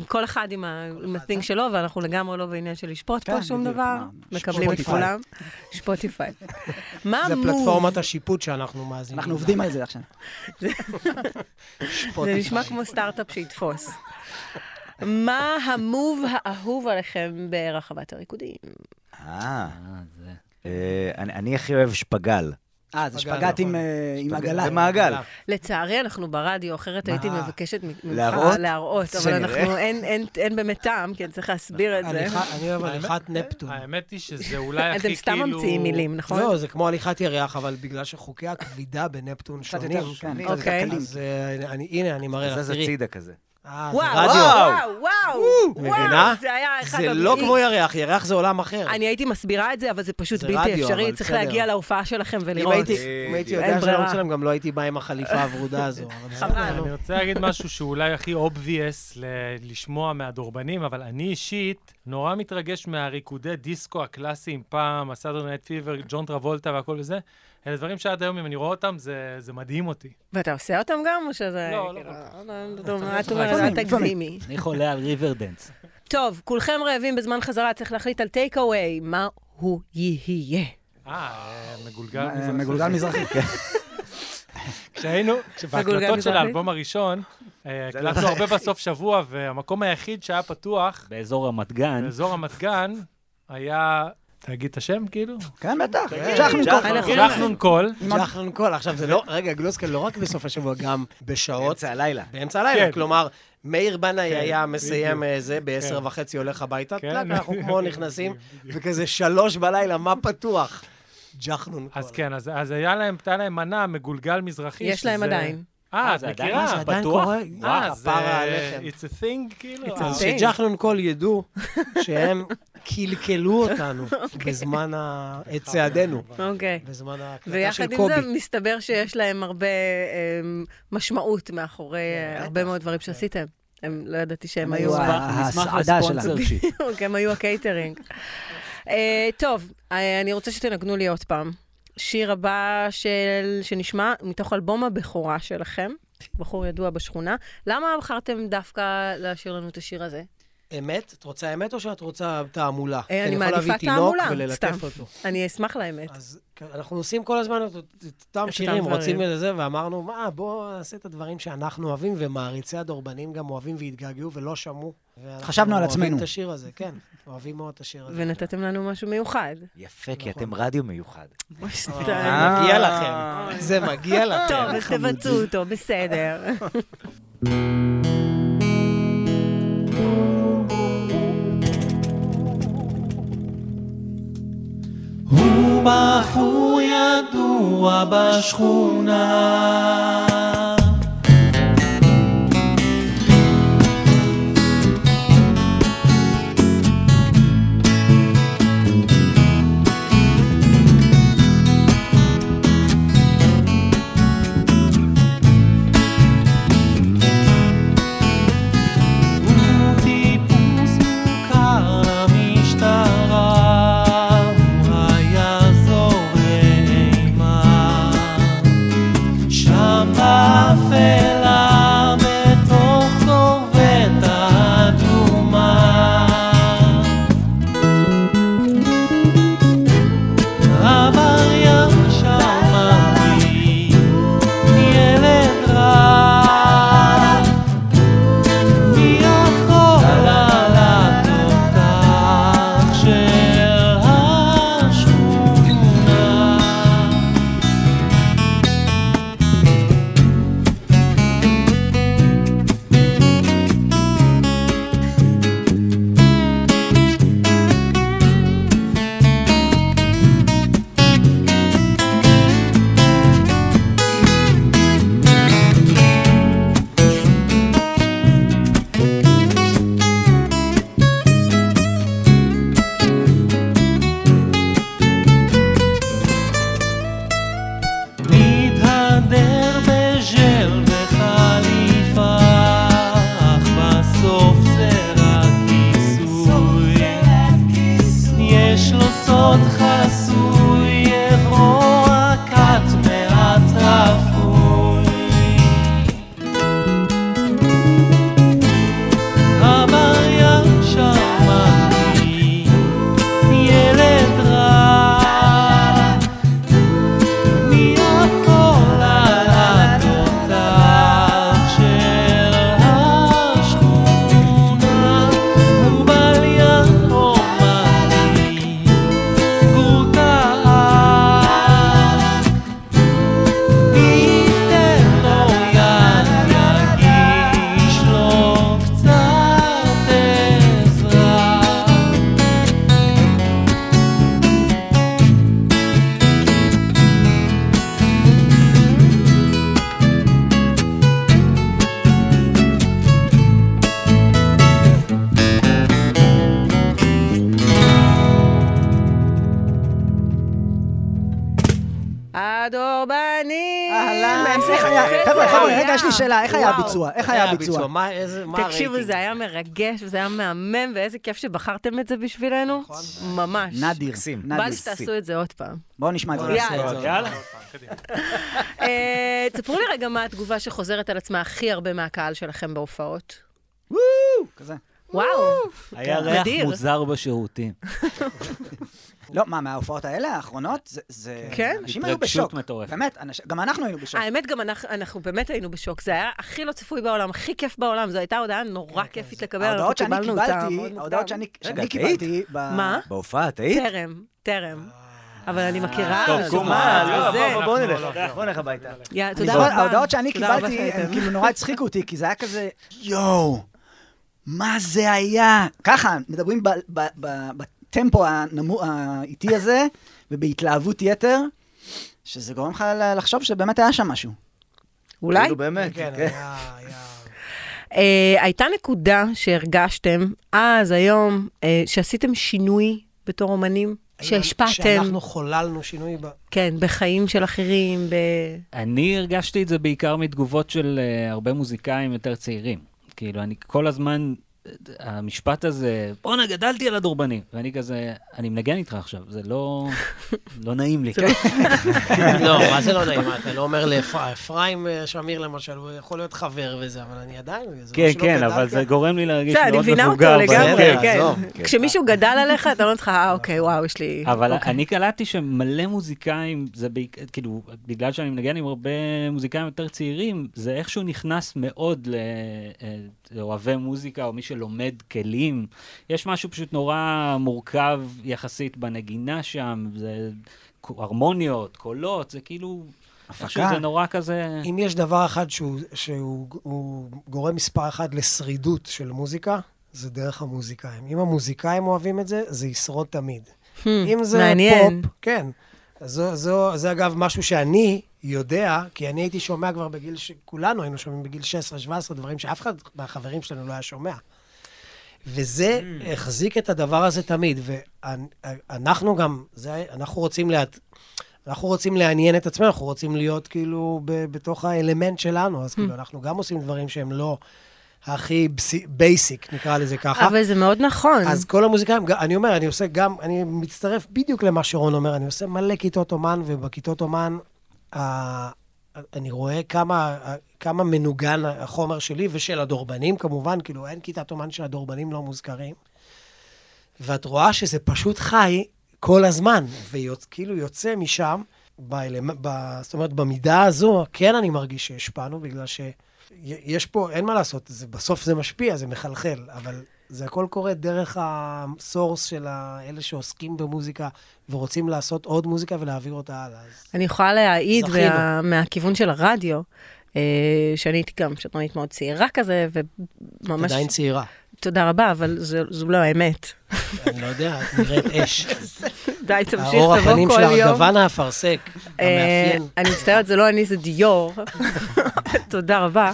[SPEAKER 2] כל אחד עם ה- עם הטינג שלו, ואנחנו לגמרי לא בעניין של לשפוט פה
[SPEAKER 6] כן,
[SPEAKER 2] שום
[SPEAKER 6] בדיוק,
[SPEAKER 2] דבר.
[SPEAKER 6] מה,
[SPEAKER 2] מקבלים את
[SPEAKER 6] שפוטיפיי.
[SPEAKER 2] כולם. שפוטיפיי. מה
[SPEAKER 3] זה
[SPEAKER 2] המוב?
[SPEAKER 3] פלטפורמת השיפוט שאנחנו מאזינים.
[SPEAKER 6] אנחנו עובדים על זה עכשיו.
[SPEAKER 2] זה נשמע כמו סטארט-אפ שיתפוס. מה המוב האהוב עליכם ברחבת הריקודים?
[SPEAKER 4] אה. אה, אני אני הכי אוהב שפגל.
[SPEAKER 6] אה, זה
[SPEAKER 3] שפגאט,
[SPEAKER 6] שפגאט עם,
[SPEAKER 3] נכון.
[SPEAKER 6] אה, עם עגלה.
[SPEAKER 4] זה מעגל.
[SPEAKER 2] לצערי, אנחנו ברדיו, אחרת הייתי מבקשת מ- ממך
[SPEAKER 4] להראות?
[SPEAKER 2] להראות, אבל
[SPEAKER 4] שנראה.
[SPEAKER 2] אנחנו, אין- אין- אין באמת טעם, כי אני צריך להסביר את זה.
[SPEAKER 3] הליכה- אני אוהב הליכת נפטון.
[SPEAKER 7] האמת היא שזה אולי הכי כאילו...
[SPEAKER 2] אתם סתם ממציאים מילים, נכון?
[SPEAKER 3] זהו, זה כמו הליכת ירח, אבל בגלל שחוקי הכבידה בנפטון
[SPEAKER 6] קצת
[SPEAKER 3] שונים.
[SPEAKER 6] יותר, כן, קצת
[SPEAKER 2] אוקיי.
[SPEAKER 6] יותר קלים.
[SPEAKER 3] אז אה, אני- הנה, אני מראה לך,
[SPEAKER 4] זה זז
[SPEAKER 3] תראי.
[SPEAKER 4] הצידה כזה.
[SPEAKER 3] אה, זה
[SPEAKER 2] וואו,
[SPEAKER 3] רדיו.
[SPEAKER 2] וואו, וואו,
[SPEAKER 3] מבינה?
[SPEAKER 2] וואו, זה היה אחד...
[SPEAKER 3] זה
[SPEAKER 2] המ-
[SPEAKER 3] לא כמו ירח, ירח זה עולם אחר.
[SPEAKER 2] אני הייתי מסבירה את זה, אבל זה פשוט
[SPEAKER 3] זה
[SPEAKER 2] בלתי
[SPEAKER 3] רדיו,
[SPEAKER 2] אפשרי.
[SPEAKER 3] אבל
[SPEAKER 2] צריך
[SPEAKER 3] בסדר.
[SPEAKER 2] להגיע להופעה שלכם
[SPEAKER 3] אם
[SPEAKER 2] ולראות.
[SPEAKER 3] הייתי אם הייתי יודע
[SPEAKER 2] אין
[SPEAKER 3] שאני
[SPEAKER 2] ברירה.
[SPEAKER 3] רוצה להם, גם לא הייתי בא עם החליפה הוורודה הזו. אבל בסדר,
[SPEAKER 2] חבל.
[SPEAKER 3] נו.
[SPEAKER 7] אני רוצה להגיד משהו שאולי הכי obvious ל- לשמוע מהדורבנים, אבל אני אישית נורא מתרגש מהריקודי דיסקו הקלאסיים פעם, הסאדר נייט פיבר, ג'ון טרבולטה והכל וזה. אלה דברים שעד היום, אם אני רואה אותם, זה, זה מדהים אותי.
[SPEAKER 2] ואתה עושה אותם גם, או שזה...
[SPEAKER 7] לא, לא
[SPEAKER 2] כאילו,
[SPEAKER 7] כל כך.
[SPEAKER 2] לא, לא, לא, את אומרת,
[SPEAKER 9] לפעמים,
[SPEAKER 2] אל תגזימי.
[SPEAKER 5] אני חולה על ריברדנס.
[SPEAKER 2] טוב, כולכם רעבים בזמן חזרה, צריך להחליט על טייק אווי, מה הוא יהיה.
[SPEAKER 7] אה, מגולגל
[SPEAKER 9] אה,
[SPEAKER 7] מזרחי.
[SPEAKER 9] מגולגל מזרחי. כן. <laughs>
[SPEAKER 7] כשהיינו,
[SPEAKER 2] מגולגל
[SPEAKER 7] בהקלטות של
[SPEAKER 2] מזרחי?
[SPEAKER 7] האלבום הראשון, אה,
[SPEAKER 9] לא-
[SPEAKER 7] הקלטנו הרבה בסוף שבוע, והמקום היחיד שהיה פתוח,
[SPEAKER 5] באזור רמת גן.
[SPEAKER 7] באזור רמת גן, היה... תגיד את השם, כאילו?
[SPEAKER 9] כן, בטח. שחנו ככה.
[SPEAKER 2] אנחנו-
[SPEAKER 7] שחנון קול.
[SPEAKER 3] שחרן קול, עכשיו זה לא, רגע, גלוסקל לא רק בסוף השבוע, גם בשעות,
[SPEAKER 4] באמצע הלילה.
[SPEAKER 3] באמצע הלילה,
[SPEAKER 7] כן.
[SPEAKER 3] כלומר, מאיר בנאי
[SPEAKER 7] כן,
[SPEAKER 3] היה
[SPEAKER 7] בדיוק.
[SPEAKER 3] מסיים אה, זה, בעשר
[SPEAKER 7] כן.
[SPEAKER 3] וחצי הולך הביתה,
[SPEAKER 7] כן.
[SPEAKER 3] טלאק, אנחנו כמו נכנסים, וכזה שלוש בלילה, מה פתוח? ג'חנון קול.
[SPEAKER 7] אז כן, אז אז היה להם, הייתה להם מנה מגולגל מזרחי.
[SPEAKER 2] יש להם
[SPEAKER 7] שזה-
[SPEAKER 2] עדיין.
[SPEAKER 7] אה,
[SPEAKER 5] אה,
[SPEAKER 7] את
[SPEAKER 5] זה עדיין-
[SPEAKER 7] מכירה?
[SPEAKER 5] זה
[SPEAKER 3] עדיין
[SPEAKER 5] פתוח?
[SPEAKER 3] קורה,
[SPEAKER 7] אה, זה...
[SPEAKER 3] כפרה עליכם.
[SPEAKER 7] It's a thing, כאילו?
[SPEAKER 2] a
[SPEAKER 7] אה,
[SPEAKER 3] אז
[SPEAKER 2] אוקיי.
[SPEAKER 3] שג'חנון קול ידעו שהם קלקלו אותנו
[SPEAKER 7] אוקיי.
[SPEAKER 3] בזמן
[SPEAKER 7] <laughs>
[SPEAKER 3] ה... את צעדינו,
[SPEAKER 2] אוקיי.
[SPEAKER 3] בזמן ההקלטה
[SPEAKER 2] ויחד
[SPEAKER 3] של
[SPEAKER 2] עם
[SPEAKER 3] קובי.
[SPEAKER 2] זה, מסתבר שיש להם הרבה אמ, משמעות מאחורי
[SPEAKER 3] כן,
[SPEAKER 2] אה, הרבה מאוד דברים שעשיתם. הם, לא ידעתי שהם היו...
[SPEAKER 8] היו
[SPEAKER 2] ה-
[SPEAKER 5] נשמח
[SPEAKER 8] הסעדה שלנו.
[SPEAKER 5] לספונסר שיט.
[SPEAKER 2] בדיוק, <laughs> הם היו הקייטרינג. אה, טוב, אה, אני רוצה שתנגנו לי עוד פעם. שיר הבא של, שנשמע מתוך אלבום הבכורה שלכם, בחור ידוע בשכונה. למה בחרתם דווקא לשיר לנו את השיר הזה?
[SPEAKER 3] אמת? את רוצה אמת או שאת רוצה תעמולה? כי
[SPEAKER 2] אה, אני
[SPEAKER 3] יכול
[SPEAKER 2] מעדיפה
[SPEAKER 3] להביא תינוק
[SPEAKER 2] תעמולה, סתם.
[SPEAKER 3] וללטף אותו. אה,
[SPEAKER 2] אני אשמח לאמת.
[SPEAKER 3] אז כ- אנחנו עושים כל הזמן את את אותם
[SPEAKER 2] אותם
[SPEAKER 3] שירים, רוצים
[SPEAKER 2] דברים.
[SPEAKER 3] את זה, ואמרנו, מה, בואו נעשה את הדברים שאנחנו אוהבים, ומעריצי הדורבנים גם אוהבים והתגעגעו ולא שמעו. ואנחנו
[SPEAKER 9] חשבנו על
[SPEAKER 3] אוהבים
[SPEAKER 9] עצמנו.
[SPEAKER 3] את השיר הזה, כן. אוהבים מאוד את השיר <laughs> הזה.
[SPEAKER 2] ונתתם לנו משהו מיוחד.
[SPEAKER 4] יפה, כי אתם רדיו מיוחד.
[SPEAKER 2] אוי, סתם.
[SPEAKER 4] אה.
[SPEAKER 3] מגיע לכם, זה מגיע לכם.
[SPEAKER 2] טוב, אז תבצעו אותו, בסדר.
[SPEAKER 9] הוא בחור ידוע בשכונה הוא טיפוס מוכר למשטרה, הוא היה זורם אימה. שם באפלה בתוך קורבט האדומה. עבריין שם מרגיש ילד רע. מי יכול לדעת אותך של השכונה? מתהדר בז'ל וחליפה, אך בסוף זה רק כיסוי. יש לו סוד חסוי, יבוא רק את מהצפוי. עבריין שמעתי, ילד רע. מי יכול לדעת אותך של השכונה? הוא בליין רומני, גורקה
[SPEAKER 6] אה,
[SPEAKER 2] הדורבנים.
[SPEAKER 6] אהלן.
[SPEAKER 2] איזה
[SPEAKER 6] איך היה-
[SPEAKER 2] יפה
[SPEAKER 6] חבר'ה,
[SPEAKER 2] זה
[SPEAKER 6] חבר'ה,
[SPEAKER 2] היה.
[SPEAKER 6] רגע, יש לי שאלה, איך היה
[SPEAKER 2] וואו.
[SPEAKER 6] הביצוע? איך היה הביצוע?
[SPEAKER 3] מה, איזה, מה
[SPEAKER 2] תקשיבו, זה היה מרגש, וזה היה מהמם, ואיזה כיף שבחרתם את זה בשבילנו.
[SPEAKER 6] נכון.
[SPEAKER 2] ממש.
[SPEAKER 6] נדיר.
[SPEAKER 4] מקסים.
[SPEAKER 6] נדיר.
[SPEAKER 2] בא לי שתעשו את זה עוד פעם.
[SPEAKER 6] בואו נשמע את זה.
[SPEAKER 2] יאללה.
[SPEAKER 5] יאללה.
[SPEAKER 2] אה, תספרו לי רגע מה התגובה שחוזרת על עצמה הכי הרבה מהקהל שלכם בהופעות.
[SPEAKER 6] כזה.
[SPEAKER 2] וואו,
[SPEAKER 5] היה
[SPEAKER 2] כן.
[SPEAKER 5] ריח
[SPEAKER 2] אדיר.
[SPEAKER 5] מוזר בשירותים.
[SPEAKER 6] לא, מה, מההופעות האלה, האחרונות? זה- זה...
[SPEAKER 2] כן. אה,
[SPEAKER 6] אנשים היו
[SPEAKER 5] התרגשות
[SPEAKER 6] בשוק.
[SPEAKER 5] מטורפת.
[SPEAKER 6] באמת, אנש- גם אנחנו היינו בשוק.
[SPEAKER 2] האמת, גם אנחנו- אנחנו באמת היינו בשוק. זה היה הכי לא צפוי בעולם, הכי כיף בעולם. זו הייתה הודעה נורא כיפית לקבל, אנחנו
[SPEAKER 6] כן, ההודעות שאני
[SPEAKER 2] קיבלנו אותה מאוד
[SPEAKER 6] קיבלתי,
[SPEAKER 2] מוקדם.
[SPEAKER 6] ההודעות שאני
[SPEAKER 4] רגע,
[SPEAKER 6] שאני
[SPEAKER 4] את
[SPEAKER 6] קיבלתי... ב-
[SPEAKER 2] מה?
[SPEAKER 4] בהופעה, את היית?
[SPEAKER 2] טרם, טרם. אבל אני מכירה.
[SPEAKER 5] טוב,
[SPEAKER 2] אז
[SPEAKER 5] קומה,
[SPEAKER 2] מה,
[SPEAKER 5] לא,
[SPEAKER 2] אה, זה.
[SPEAKER 4] בוא, בוא נלך, בוא נלך הביתה.
[SPEAKER 2] יא,
[SPEAKER 6] אני
[SPEAKER 2] תודה
[SPEAKER 6] זוכר,
[SPEAKER 2] רבה.
[SPEAKER 6] ההודעות שאני
[SPEAKER 2] תודה רבה
[SPEAKER 6] קיבלתי,
[SPEAKER 2] שהייתם.
[SPEAKER 6] הן כאילו נורא הצחיקו אותי, כי זה היה כזה, יואו, מה זה היה? ככה, מדברים ב- ב- ב- בטמפו הנמו- האיטי הזה, ובהתלהבות יתר, שזה גורם לך ל- לחשוב שבאמת היה שם משהו.
[SPEAKER 2] אולי?
[SPEAKER 3] <laughs>
[SPEAKER 4] כאילו, באמת,
[SPEAKER 3] כן,
[SPEAKER 4] כן.
[SPEAKER 3] היה... היה-
[SPEAKER 2] אה, הייתה נקודה שהרגשתם אז, היום, אה, שעשיתם שינוי בתור אומנים, שהשפעתם,
[SPEAKER 3] שאנחנו חוללנו שינוי ב...
[SPEAKER 2] כן, בחיים של אחרים, ב...
[SPEAKER 5] אני הרגשתי את זה בעיקר מתגובות של אה, הרבה מוזיקאים יותר צעירים. כאילו, אני כל הזמן, אה, המשפט הזה, בואנה, גדלתי על הדורבנים. ואני כזה, אני מנגן איתך עכשיו, זה לא, לא נעים לי.
[SPEAKER 3] <laughs> לא, מה זה לא נעים? אתה לא אומר לאפרים שמיר למשל, הוא יכול להיות חבר וזה, אבל אני עדיין... לא
[SPEAKER 5] כן, כן, אבל זה גורם לי להרגיש
[SPEAKER 2] לא בסדר, אני
[SPEAKER 5] מאוד
[SPEAKER 2] מבינה אותו
[SPEAKER 5] מבוגר.
[SPEAKER 2] לגמרי,
[SPEAKER 4] בסדר,
[SPEAKER 2] כן.
[SPEAKER 4] עזוב, כן.
[SPEAKER 2] כשמישהו גדל עליך, אתה אומר לך, אה, אוקיי, וואו, יש לי...
[SPEAKER 5] אבל
[SPEAKER 2] אוקיי."
[SPEAKER 5] אני קלטתי שמלא מוזיקאים, זה בעיקר, כאילו, בגלל שאני מנגן עם הרבה מוזיקאים יותר צעירים, זה איכשהו נכנס מאוד אה, לאוהבי מוזיקה, או מי שלומד כלים. יש משהו פשוט נורא מורכב יחסית בנגינה שם, זה ק- הרמוניות, קולות, זה כאילו, איכשהו
[SPEAKER 6] הפקה.
[SPEAKER 5] זה נורא כזה...
[SPEAKER 3] אם יש דבר אחד שהוא- שהוא הוא גורם מספר אחד לשרידות של מוזיקה, זה דרך המוזיקאים. אם המוזיקאים אוהבים את זה, זה ישרוד תמיד. אם זה
[SPEAKER 2] Hmm, מעניין.
[SPEAKER 3] פופ, כן. זו, זו, זה אגב משהו שאני יודע, כי אני הייתי שומע כבר בגיל, ש... כולנו היינו שומעים בגיל 16-17 דברים שאף אחד מהחברים שלנו לא היה שומע. וזה
[SPEAKER 2] Hmm.
[SPEAKER 3] החזיק את הדבר הזה תמיד, ואנחנו גם, זה, אנחנו רוצים להת... אנחנו רוצים לעניין את עצמנו, אנחנו רוצים להיות כאילו ב, בתוך האלמנט שלנו,
[SPEAKER 2] Hmm.
[SPEAKER 3] אז כאילו אנחנו גם עושים דברים שהם לא הכי בסי- בייסיק, נקרא לזה ככה.
[SPEAKER 2] אבל זה מאוד נכון.
[SPEAKER 3] אז כל המוזיקאים, ג- אני אומר, אני עושה גם, אני מצטרף בדיוק למה שרון אומר, אני עושה מלא כיתות אומן, ובכיתות אומן אה, אני רואה כמה, אה, כמה מנוגן החומר שלי ושל הדורבנים, כמובן, כאילו אין כיתת אומן שהדורבנים לא מוזכרים. ואת רואה שזה פשוט חי כל הזמן, וכאילו יוצא משם, באלמ... ב... זאת אומרת, במידה הזו, כן אני מרגיש שהשפענו, בגלל שיש פה, אין מה לעשות, זה, בסוף זה משפיע, זה מחלחל, אבל זה הכל קורה דרך הסורס של ה- אלה שעוסקים במוזיקה ורוצים לעשות עוד מוזיקה ולהעביר אותה הלאה. אז...
[SPEAKER 2] אני יכולה להעיד
[SPEAKER 3] זכינו.
[SPEAKER 2] מה- מהכיוון של הרדיו, אה, שאני הייתי גם שדרנית מאוד צעירה כזה, וממש...
[SPEAKER 3] עדיין צעירה.
[SPEAKER 2] תודה רבה, אבל זו- זו לא
[SPEAKER 3] <laughs>
[SPEAKER 2] האמת.
[SPEAKER 3] אני לא יודע, את נראית אש.
[SPEAKER 2] די, <laughs> תמשיך,
[SPEAKER 3] האור הפנים
[SPEAKER 2] תבוא
[SPEAKER 3] של
[SPEAKER 2] כל יום.
[SPEAKER 3] ארגוון האפרסק,
[SPEAKER 2] אה,
[SPEAKER 3] המאפיין.
[SPEAKER 2] אני מצטערת, זה לא אני, זה דיור. <laughs> תודה רבה.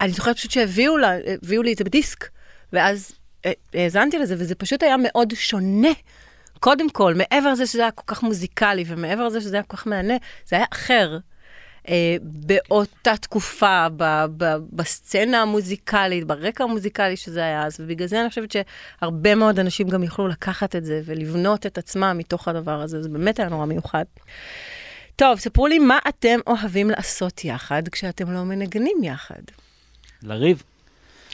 [SPEAKER 2] אני זוכרת פשוט שהביאו לה- הביאו לי את זה בדיסק, ואז אה, האזנתי לזה, וזה פשוט היה מאוד שונה. קודם כל, מעבר לזה שזה היה כל כך מוזיקלי, ומעבר לזה שזה היה כל כך מהנה, זה היה אחר. אה, באותה תקופה, ב, ב, בסצנה המוזיקלית, ברקע המוזיקלי שזה היה אז, ובגלל זה אני חושבת שהרבה מאוד אנשים גם יכלו לקחת את זה ולבנות את עצמם מתוך הדבר הזה, זה באמת היה נורא מיוחד. טוב, ספרו לי מה אתם אוהבים לעשות יחד כשאתם לא מנגנים יחד.
[SPEAKER 5] לריב.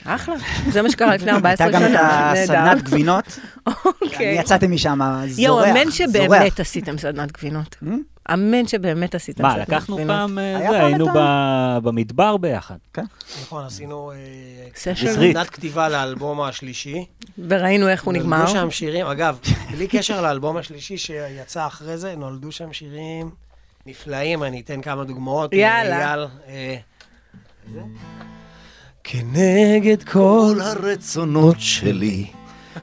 [SPEAKER 2] אחלה, זה מה שקרה
[SPEAKER 6] <laughs>
[SPEAKER 2] לפני
[SPEAKER 6] הייתה
[SPEAKER 2] 14
[SPEAKER 6] גם
[SPEAKER 2] שנה.
[SPEAKER 6] את
[SPEAKER 2] נהדר.
[SPEAKER 6] הסדנת גבינות, אני
[SPEAKER 2] <laughs> אוקיי.
[SPEAKER 6] יצאתי משם זורח,
[SPEAKER 2] יואו, אמן
[SPEAKER 6] זורח. Hmm?
[SPEAKER 2] שבאמת עשיתם סדנת גבינות. אמן שבאמת עשיתם
[SPEAKER 5] מה,
[SPEAKER 2] סדנת גבינות.
[SPEAKER 5] לקחנו פעם, אה,
[SPEAKER 6] היה
[SPEAKER 5] זה,
[SPEAKER 6] פעם
[SPEAKER 5] היינו
[SPEAKER 6] את
[SPEAKER 5] ב- במדבר ביחד.
[SPEAKER 3] נכון, עשינו... אה,
[SPEAKER 2] סשן,
[SPEAKER 5] עברית.
[SPEAKER 3] סדנת כתיבה לאלבום השלישי.
[SPEAKER 2] וראינו איך הוא נגמר.
[SPEAKER 3] נולדו שם שירים, אגב, בלי קשר לאלבום השלישי שיצא אחרי זה, נולדו שם שירים נפלאים, אני אתן כמה דוגמאות.
[SPEAKER 2] יאללה.
[SPEAKER 3] אה, אייל, אה, כנגד כל הרצונות שלי,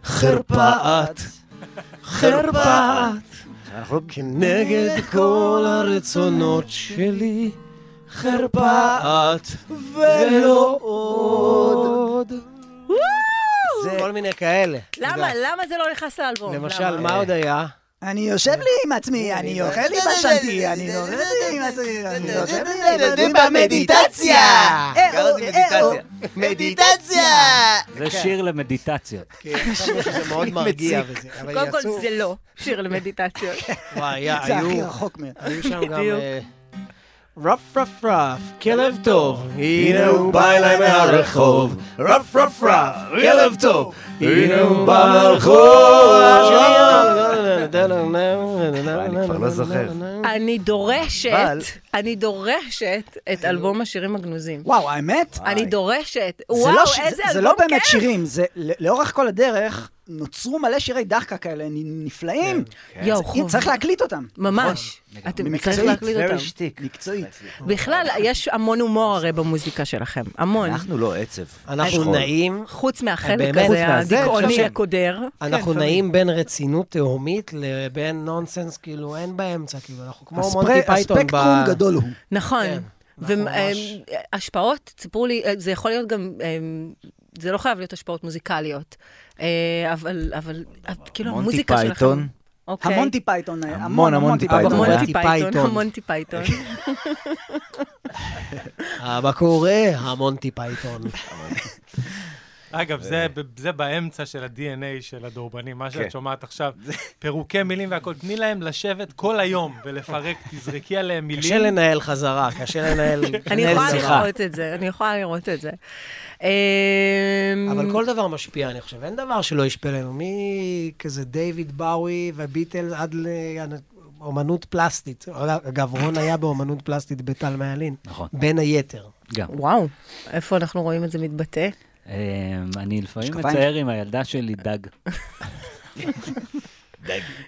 [SPEAKER 3] חרפה את, חרפה את. כנגד כל הרצונות שלי, חרפה את, ולא עוד. כל מיני כאלה.
[SPEAKER 2] למה, למה זה לא נכנס לאלבום?
[SPEAKER 3] למשל,
[SPEAKER 2] למה?
[SPEAKER 3] מה עוד היה?
[SPEAKER 6] אני יושב לי עם עצמי, אני אוכל לי בשנתי, אני נורא לי עם עצמי, אני יושב לי לבדי במדיטציה! אה,
[SPEAKER 10] קרא
[SPEAKER 6] או,
[SPEAKER 10] לזה
[SPEAKER 6] אה, או.
[SPEAKER 10] מדיטציה. מדיטציה!
[SPEAKER 6] כן.
[SPEAKER 5] זה שיר למדיטציות.
[SPEAKER 3] כן, חשבנו שזה מאוד מרגיע וזה, אבל
[SPEAKER 2] קודם כל,
[SPEAKER 3] יצאו,
[SPEAKER 2] זה לא
[SPEAKER 6] <laughs>
[SPEAKER 2] שיר למדיטציות.
[SPEAKER 3] וואי, היה-
[SPEAKER 6] זה הכי
[SPEAKER 3] היו-
[SPEAKER 6] רחוק מהם.
[SPEAKER 3] היו שם גם...
[SPEAKER 2] בדיוק.
[SPEAKER 3] אה, רף רף רף, כלב טוב,
[SPEAKER 10] הנה הוא בא אליי מהרחוב, רף רף רף, כלב טוב,
[SPEAKER 4] אה.
[SPEAKER 10] הנה הוא בא מהרחוב.
[SPEAKER 4] אני כבר לא זוכר.
[SPEAKER 6] כן.
[SPEAKER 2] אני דורשת,
[SPEAKER 4] אבל-
[SPEAKER 2] אני דורשת את אלבום השירים הגנוזים.
[SPEAKER 6] וואו, האמת?
[SPEAKER 2] אני דורשת.
[SPEAKER 6] לא- זה
[SPEAKER 2] וואו,
[SPEAKER 6] לא ש-
[SPEAKER 2] איזה
[SPEAKER 6] זה
[SPEAKER 2] אלבום
[SPEAKER 6] לא באמת
[SPEAKER 2] כיף.
[SPEAKER 6] שירים, זה ל- לאורך כל הדרך נוצרו מלא שירי דחקה כאלה נ- נפלאים.
[SPEAKER 2] יואו,
[SPEAKER 6] זה-
[SPEAKER 2] חוב.
[SPEAKER 6] צריך להקליט אותם.
[SPEAKER 2] ממש. כן,
[SPEAKER 3] נכון.
[SPEAKER 2] אתם
[SPEAKER 6] מקצועית,
[SPEAKER 2] צריכים להקליט
[SPEAKER 4] Very
[SPEAKER 2] אותם.
[SPEAKER 4] שטיק.
[SPEAKER 6] מקצועית.
[SPEAKER 2] בכלל, יש המון הומור הרי במוזיקה שלכם. המון.
[SPEAKER 4] אנחנו לא עצב.
[SPEAKER 3] אנחנו
[SPEAKER 4] שכול.
[SPEAKER 3] נעים,
[SPEAKER 2] חוץ מהחלק
[SPEAKER 3] באמת, חוץ
[SPEAKER 2] הזה,
[SPEAKER 3] מהזה, אני חושב
[SPEAKER 2] הדיכאוני
[SPEAKER 3] ש-
[SPEAKER 2] הקודר.
[SPEAKER 3] אנחנו נעים בין רצינות תהומית לבין נונסנס, כאילו אין באמצע, כאילו אנחנו כמו
[SPEAKER 6] הספר-
[SPEAKER 3] מונטי פייתון. ב-
[SPEAKER 6] הספקטרום גדול הוא.
[SPEAKER 2] נכון.
[SPEAKER 3] כן, אנחנו ממש-
[SPEAKER 2] והשפעות, סיפרו לי, אה, זה יכול להיות גם, אה, זה לא חייב להיות השפעות מוזיקליות, אה, אבל, אבל, אה, כאילו
[SPEAKER 4] מונטי
[SPEAKER 2] המוזיקה שלכם.
[SPEAKER 4] פייתון,
[SPEAKER 2] אוקיי.
[SPEAKER 6] המונטי פייתון, היה,
[SPEAKER 4] המון,
[SPEAKER 6] המון
[SPEAKER 4] המון
[SPEAKER 6] המון
[SPEAKER 4] טיפה
[SPEAKER 6] פייתון.
[SPEAKER 4] פייתון.
[SPEAKER 3] המון.
[SPEAKER 2] המונטי
[SPEAKER 3] מונטי
[SPEAKER 2] פייתון,
[SPEAKER 3] פייתון.
[SPEAKER 2] המונטי
[SPEAKER 3] <laughs>
[SPEAKER 2] פייתון.
[SPEAKER 3] אה, מה קורה? המונטי פייתון.
[SPEAKER 7] אגב, זה ב- זה באמצע של ה-DNA של הדורבנים, מה שאת שומעת עכשיו. פירוקי מילים והכול. תני להם לשבת כל היום ולפרק, תזרקי עליהם מילים.
[SPEAKER 3] קשה לנהל חזרה, קשה לנהל
[SPEAKER 2] אני
[SPEAKER 3] לנהל
[SPEAKER 2] יכולה
[SPEAKER 3] שיחה.
[SPEAKER 2] לראות את זה, אני יכולה לראות את זה. אמ,
[SPEAKER 3] אבל כל דבר משפיע, אני חושב. אין דבר שלא ישפיע עלינו. מכזה דיוויד באווי וביטל עד לאומנות פלסטית. אגב, רון היה באומנות פלסטית בטל מעלין.
[SPEAKER 5] נכון.
[SPEAKER 3] בין היתר.
[SPEAKER 5] גם.
[SPEAKER 2] וואו, איפה אנחנו רואים את זה מתבטא?
[SPEAKER 5] אה, אני לפעמים
[SPEAKER 6] משקפיים?
[SPEAKER 5] מצייר עם הילדה שלי דג.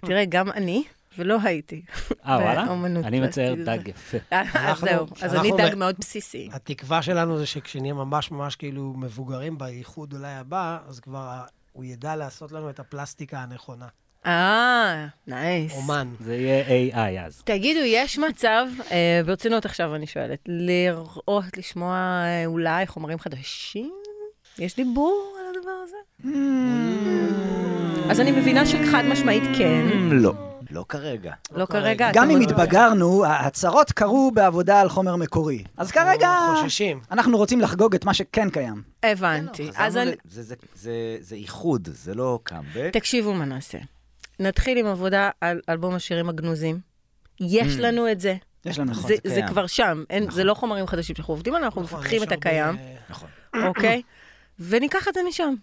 [SPEAKER 2] תראה, גם אני, ולא הייתי.
[SPEAKER 5] אה, וואלה?
[SPEAKER 2] באמנות
[SPEAKER 5] אני מצייר
[SPEAKER 2] פלסטית.
[SPEAKER 5] דג יפה.
[SPEAKER 2] אז
[SPEAKER 3] אנחנו-
[SPEAKER 2] אה, זהו, אז אני
[SPEAKER 3] אנחנו
[SPEAKER 2] דג
[SPEAKER 3] מ-
[SPEAKER 2] מאוד בסיסי.
[SPEAKER 3] התקווה שלנו זה שכשנהיה ממש ממש כאילו מבוגרים, בייחוד אולי הבא, אז כבר ה- הוא ידע לעשות לנו את הפלסטיקה הנכונה.
[SPEAKER 2] אה, נייס.
[SPEAKER 3] אומן.
[SPEAKER 5] זה יהיה AI אז.
[SPEAKER 2] תגידו, יש מצב, אה, ברצינות עכשיו אני שואלת, לראות, לשמוע אה, אולי חומרים חדשים? יש דיבור על הדבר הזה? אז אני מבינה שחד משמעית כן,
[SPEAKER 4] לא. לא כרגע.
[SPEAKER 2] לא
[SPEAKER 5] אוקיי.
[SPEAKER 2] כרגע.
[SPEAKER 6] גם
[SPEAKER 2] אתה
[SPEAKER 6] אם
[SPEAKER 2] אומר-
[SPEAKER 6] התבגרנו, ההצהרות קרו בעבודה על חומר מקורי. אז כרגע
[SPEAKER 3] חוששים.
[SPEAKER 6] אנחנו רוצים לחגוג את מה שכן קיים.
[SPEAKER 2] הבנתי. אז
[SPEAKER 4] חזרנו
[SPEAKER 2] אני...
[SPEAKER 4] ל- זה- זה- זה- זה איחוד, זה לא קאמבק.
[SPEAKER 2] תקשיבו מה נעשה. נתחיל עם עבודה על אלבום השירים הגנוזים.
[SPEAKER 5] Mm.
[SPEAKER 2] יש לנו את זה.
[SPEAKER 6] יש לנו נכון.
[SPEAKER 2] זה-
[SPEAKER 4] זה
[SPEAKER 2] זה
[SPEAKER 4] קיים.
[SPEAKER 2] כבר שם, אין- זה לא חומרים חדשים שאנחנו עובדים עליהם, אנחנו מפתחים
[SPEAKER 3] יש
[SPEAKER 2] את
[SPEAKER 3] הרבה- <clears throat>
[SPEAKER 2] הקיים,
[SPEAKER 4] נכון.
[SPEAKER 2] אוקיי? וניקח את זה משם.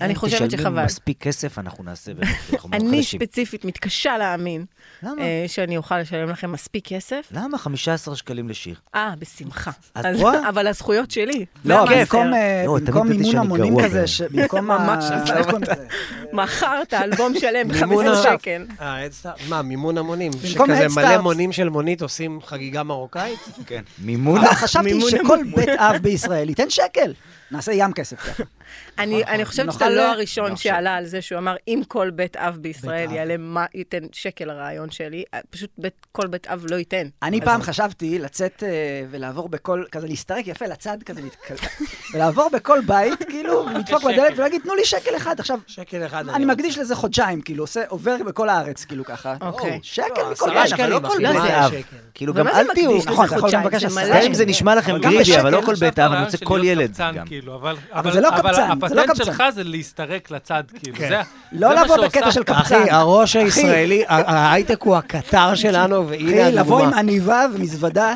[SPEAKER 2] אני
[SPEAKER 4] אם
[SPEAKER 2] חושבת
[SPEAKER 4] תשלמו
[SPEAKER 2] שחבל.
[SPEAKER 4] אה, מספיק כסף, אנחנו נעשה באמת חומרים
[SPEAKER 2] <laughs> אני
[SPEAKER 4] חדשים.
[SPEAKER 2] ספציפית מתקשה להאמין
[SPEAKER 4] למה?
[SPEAKER 2] אה, שאני אוכל לשלם לכם מספיק כסף.
[SPEAKER 4] למה 15 שקלים לשיר?
[SPEAKER 2] אה, בשמחה.
[SPEAKER 4] את
[SPEAKER 2] אז- <laughs>
[SPEAKER 4] רואה?
[SPEAKER 2] אבל הזכויות שלי.
[SPEAKER 6] לא,
[SPEAKER 2] והמעשר.
[SPEAKER 6] במקום, אה,
[SPEAKER 4] לא, תמיד
[SPEAKER 6] במקום
[SPEAKER 4] ידעתי
[SPEAKER 6] מימון
[SPEAKER 4] שאני
[SPEAKER 6] המונים
[SPEAKER 4] גרוע
[SPEAKER 6] כזה,
[SPEAKER 4] ב-
[SPEAKER 6] ש- במקום
[SPEAKER 2] <laughs>
[SPEAKER 6] ה...
[SPEAKER 2] ממש,
[SPEAKER 6] <laughs> איך קוראים לזה?
[SPEAKER 2] מכרת אלבום
[SPEAKER 3] <laughs>
[SPEAKER 2] שלם
[SPEAKER 3] מימון
[SPEAKER 2] ב-15
[SPEAKER 3] ה-
[SPEAKER 2] שקל.
[SPEAKER 3] אה, הדסטארט. מה, מימון המונים?
[SPEAKER 6] במקום
[SPEAKER 3] שכזה
[SPEAKER 6] הדסטארט.
[SPEAKER 3] מלא מונים של מונית עושים חגיגה מרוקאית?
[SPEAKER 4] כן. מימון?
[SPEAKER 6] אבל חשבתי
[SPEAKER 2] מימון
[SPEAKER 6] שכל בית אב בישראל ייתן שקל. נעשה ים כסף ככה.
[SPEAKER 2] אני אני חושבת שאתה
[SPEAKER 6] נוכל
[SPEAKER 2] לא
[SPEAKER 6] ל-
[SPEAKER 2] הראשון שעלה על זה שהוא אמר, אם כל בית אב בישראל יעלה, מה ייתן שקל הרעיון שלי? אה, פשוט בית- כל בית אב לא ייתן.
[SPEAKER 6] אני פעם חשבתי לצאת אה, ולעבור בכל, כזה להסתרק יפה לצד, כזה להתקלח, <laughs> ולעבור בכל בית, כאילו, לדפוק בדלת ולהגיד, תנו לי שקל אחד. עכשיו,
[SPEAKER 3] שקל אחד.
[SPEAKER 6] אני מקדיש לזה חודשיים, כאילו, עושה, עובר בכל הארץ, כאילו ככה.
[SPEAKER 2] אוקיי.
[SPEAKER 6] שקל מכל
[SPEAKER 3] עשרה
[SPEAKER 6] בית.
[SPEAKER 3] שקלים,
[SPEAKER 4] לא כל
[SPEAKER 3] אחי,
[SPEAKER 4] בית
[SPEAKER 3] מה
[SPEAKER 4] אב.
[SPEAKER 3] השקל?
[SPEAKER 4] כאילו,
[SPEAKER 2] ומה
[SPEAKER 4] גם
[SPEAKER 2] זה
[SPEAKER 4] אל תהיו...
[SPEAKER 2] מקדיש לזה
[SPEAKER 6] נכון, אתה יכול גם
[SPEAKER 2] חודשיים?
[SPEAKER 6] לבקש
[SPEAKER 2] זה
[SPEAKER 6] עשרה
[SPEAKER 2] מלא.
[SPEAKER 4] גם אם זה נשמע לכם
[SPEAKER 7] אבל גם
[SPEAKER 4] גרידי, אבל לא
[SPEAKER 7] בשקל
[SPEAKER 4] כל
[SPEAKER 7] עכשיו
[SPEAKER 4] בית אב,
[SPEAKER 7] הרעיון
[SPEAKER 4] אני רוצה
[SPEAKER 7] של
[SPEAKER 4] כל
[SPEAKER 7] להיות
[SPEAKER 4] ילד
[SPEAKER 7] קבצן,
[SPEAKER 4] גם.
[SPEAKER 7] כאילו, אבל...
[SPEAKER 6] זה לא
[SPEAKER 7] אבל
[SPEAKER 6] קבצן, זה לא
[SPEAKER 7] הפטנט
[SPEAKER 6] קבצן.
[SPEAKER 7] שלך זה להסתרק לצד, כאילו. זה-
[SPEAKER 6] לא
[SPEAKER 7] זה מה
[SPEAKER 6] לבוא
[SPEAKER 7] שעושה-
[SPEAKER 6] בקטע של קבצן.
[SPEAKER 3] אחי, הראש הישראלי, ה- ההייטק הוא הקטר שלנו, והנה
[SPEAKER 6] אחי,
[SPEAKER 3] הדוגמה.
[SPEAKER 6] לבוא עם עניבה ומזוודה,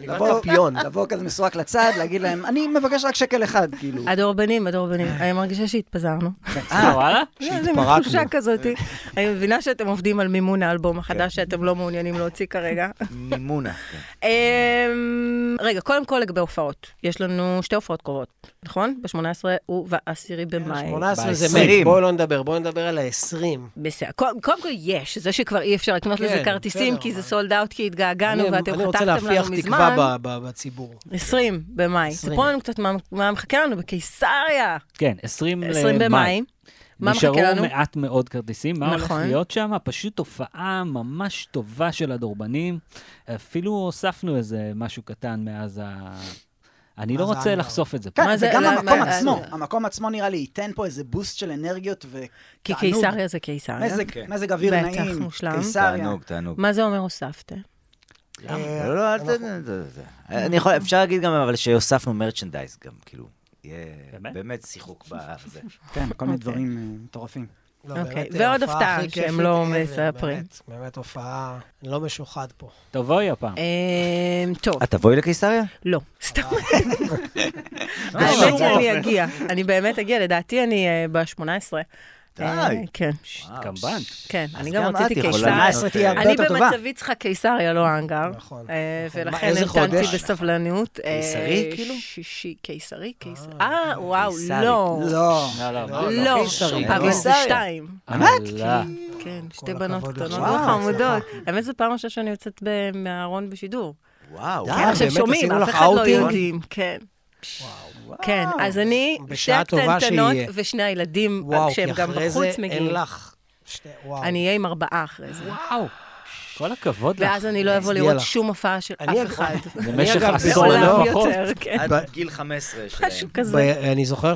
[SPEAKER 6] לבוא
[SPEAKER 3] טפיון.
[SPEAKER 6] לבוא כזה מסורק לצד, להגיד להם, אני מבקש רק שקל אחד, כאילו.
[SPEAKER 2] הדורבנים, הדורבנים. אני מרגישה שהתפזרנו.
[SPEAKER 5] אה, וואלה?
[SPEAKER 2] <laughs> זה מין תחושה כזאת. אני מבינה שאתם עובדים על מימון האלבום החדש שאתם לא מעוניינים להוציא כרגע.
[SPEAKER 4] מימונה. כן.
[SPEAKER 2] אמ, רגע, קודם כל לגבי הופעות. יש לנו שתי הופעות קרובות, נכון? ב-18 וב-10 במאי.
[SPEAKER 3] 18 זה
[SPEAKER 4] ב-עשרים.
[SPEAKER 3] מת, בואו לא נדבר, בואו נדבר על ה-20.
[SPEAKER 2] בסדר. קודם קודם כל יש, זה שכבר אי אפשר לקנות
[SPEAKER 3] כן,
[SPEAKER 2] לזה כרטיסים,
[SPEAKER 3] בסדר,
[SPEAKER 2] כי זה
[SPEAKER 3] אבל-
[SPEAKER 2] סולד אאוט, כי התגעגענו ואתם
[SPEAKER 3] אני רוצה
[SPEAKER 2] חתכתם
[SPEAKER 3] להפיח
[SPEAKER 2] לנו
[SPEAKER 3] תקווה
[SPEAKER 2] מזמן.
[SPEAKER 3] ב- ב- בציבור.
[SPEAKER 2] 20 במאי. ספרו לנו קצת מה- מה מחכה לנו בקיסריה.
[SPEAKER 5] כן, 20 למאי.
[SPEAKER 2] 20 במאי. מה מחכה לנו?
[SPEAKER 5] נשארו מעט מאוד כרטיסים, מה הולך
[SPEAKER 2] נכון.
[SPEAKER 5] להיות שם? פשוט הופעה ממש טובה של הדורבנים. אפילו הוספנו איזה משהו קטן מאז ה... אני לא
[SPEAKER 6] אז
[SPEAKER 5] רוצה
[SPEAKER 6] אני-
[SPEAKER 5] לחשוף את זה. פה.
[SPEAKER 2] מה
[SPEAKER 6] כן,
[SPEAKER 2] זה-
[SPEAKER 6] וגם
[SPEAKER 2] למה-
[SPEAKER 6] המקום
[SPEAKER 2] מה-
[SPEAKER 6] עצמו.
[SPEAKER 2] אז-
[SPEAKER 6] המקום עצמו נראה לי ייתן פה איזה בוסט של אנרגיות
[SPEAKER 2] כי
[SPEAKER 6] ותענוג.
[SPEAKER 2] קיסריה זה קיסריה.
[SPEAKER 6] מזג- מזג אוויר
[SPEAKER 2] בטח,
[SPEAKER 6] נעים,
[SPEAKER 2] מושלם.
[SPEAKER 6] קיסריה.
[SPEAKER 4] תענוג, תענוג.
[SPEAKER 2] מה זה אומר הוספתם?
[SPEAKER 3] אה,
[SPEAKER 4] לא, לא, אל ת... זה- זה- אני יכול, אפשר להגיד גם, אבל שהוספנו מרצ'נדייז גם, כאילו. יהיה
[SPEAKER 5] באמת?
[SPEAKER 4] באמת שיחוק
[SPEAKER 3] <laughs>
[SPEAKER 4] בזה.
[SPEAKER 6] כן, כל מיני דברים אה, מטורפים.
[SPEAKER 3] לא,
[SPEAKER 2] אוקיי,
[SPEAKER 3] באמת,
[SPEAKER 2] ועוד
[SPEAKER 3] ההופעה
[SPEAKER 2] הפתעה
[SPEAKER 3] הכי
[SPEAKER 2] שהם
[SPEAKER 3] כיפית
[SPEAKER 2] לא
[SPEAKER 3] ever,
[SPEAKER 2] מספרים.
[SPEAKER 3] באמת, באמת הופעה, אני לא משוחד פה.
[SPEAKER 5] תבואי הפעם.
[SPEAKER 2] אמ, טוב,
[SPEAKER 4] את אה, תבואי לקיסריה?
[SPEAKER 2] לא, <laughs> סתם.
[SPEAKER 5] בשום
[SPEAKER 2] האמת שאני
[SPEAKER 5] אופן.
[SPEAKER 2] אגיע, אני באמת אגיע, לדעתי אני אה, ב-18.
[SPEAKER 4] די.
[SPEAKER 2] כן,
[SPEAKER 5] ש- התקמבנת.
[SPEAKER 2] כן,
[SPEAKER 4] אז
[SPEAKER 2] אני גם
[SPEAKER 4] את
[SPEAKER 2] רציתי
[SPEAKER 4] יכולה
[SPEAKER 2] קיסריה.
[SPEAKER 4] לעשות,
[SPEAKER 6] 18 תהיה
[SPEAKER 4] אה,
[SPEAKER 6] הרבה
[SPEAKER 2] אני
[SPEAKER 6] יותר טובה.
[SPEAKER 2] במצבי צריכה קיסריה, לא האנגר.
[SPEAKER 3] נכון,
[SPEAKER 2] אה,
[SPEAKER 3] נכון. מה,
[SPEAKER 2] ולכן
[SPEAKER 3] איזה
[SPEAKER 2] המתנתי
[SPEAKER 3] חודש?
[SPEAKER 2] בסבלנות. אה,
[SPEAKER 4] קיסרי, כאילו?
[SPEAKER 2] שישי, קיסרי, קיסרי. אה, וואו,
[SPEAKER 4] קיסרי.
[SPEAKER 2] לא.
[SPEAKER 6] לא.
[SPEAKER 5] לא, לא,
[SPEAKER 3] לא,
[SPEAKER 5] לא.
[SPEAKER 2] לא,
[SPEAKER 3] קיסרי,
[SPEAKER 2] אבל
[SPEAKER 4] לא.
[SPEAKER 2] זה שתיים. לא,
[SPEAKER 5] באמת?
[SPEAKER 2] כן, שתי
[SPEAKER 3] הכבוד
[SPEAKER 2] בנות
[SPEAKER 3] לך.
[SPEAKER 2] קטנות
[SPEAKER 3] וואו,
[SPEAKER 2] וחמודות. האמת, זו פעם ראשונה שאני יוצאת ב- מהארון בשידור.
[SPEAKER 4] וואו.
[SPEAKER 2] כן, עכשיו
[SPEAKER 3] אה, באמת
[SPEAKER 2] שומעים,
[SPEAKER 3] עשינו
[SPEAKER 2] אף
[SPEAKER 3] לך
[SPEAKER 2] אחד לא
[SPEAKER 3] אאוטינג?
[SPEAKER 2] יודעים. כן. כן, אז אני, שתי
[SPEAKER 3] בשעה טובה
[SPEAKER 2] הקטנטנות
[SPEAKER 3] שיהיה.
[SPEAKER 2] ושני הילדים,
[SPEAKER 3] וואו, כי
[SPEAKER 2] כשהם גם
[SPEAKER 3] אחרי זה
[SPEAKER 2] בחוץ
[SPEAKER 3] אין
[SPEAKER 2] מגיעים.
[SPEAKER 3] לך. שתי, וואו.
[SPEAKER 2] אני אהיה עם ארבעה אחרי זה.
[SPEAKER 5] וואו. כל הכבוד לך.
[SPEAKER 2] ואז אני לא אבוא
[SPEAKER 3] הצדיע
[SPEAKER 2] לראות
[SPEAKER 3] לך.
[SPEAKER 2] שום הופעה של
[SPEAKER 3] אני
[SPEAKER 2] אף
[SPEAKER 3] אגב-
[SPEAKER 2] אחד.
[SPEAKER 5] במשך
[SPEAKER 3] אגב,
[SPEAKER 5] עשור
[SPEAKER 3] בעולם
[SPEAKER 2] עולם
[SPEAKER 5] לפחות.
[SPEAKER 2] יותר, כן.
[SPEAKER 4] עד גיל 15
[SPEAKER 2] משהו
[SPEAKER 4] שלהם.
[SPEAKER 3] ב-
[SPEAKER 2] כזה.
[SPEAKER 3] אני זוכר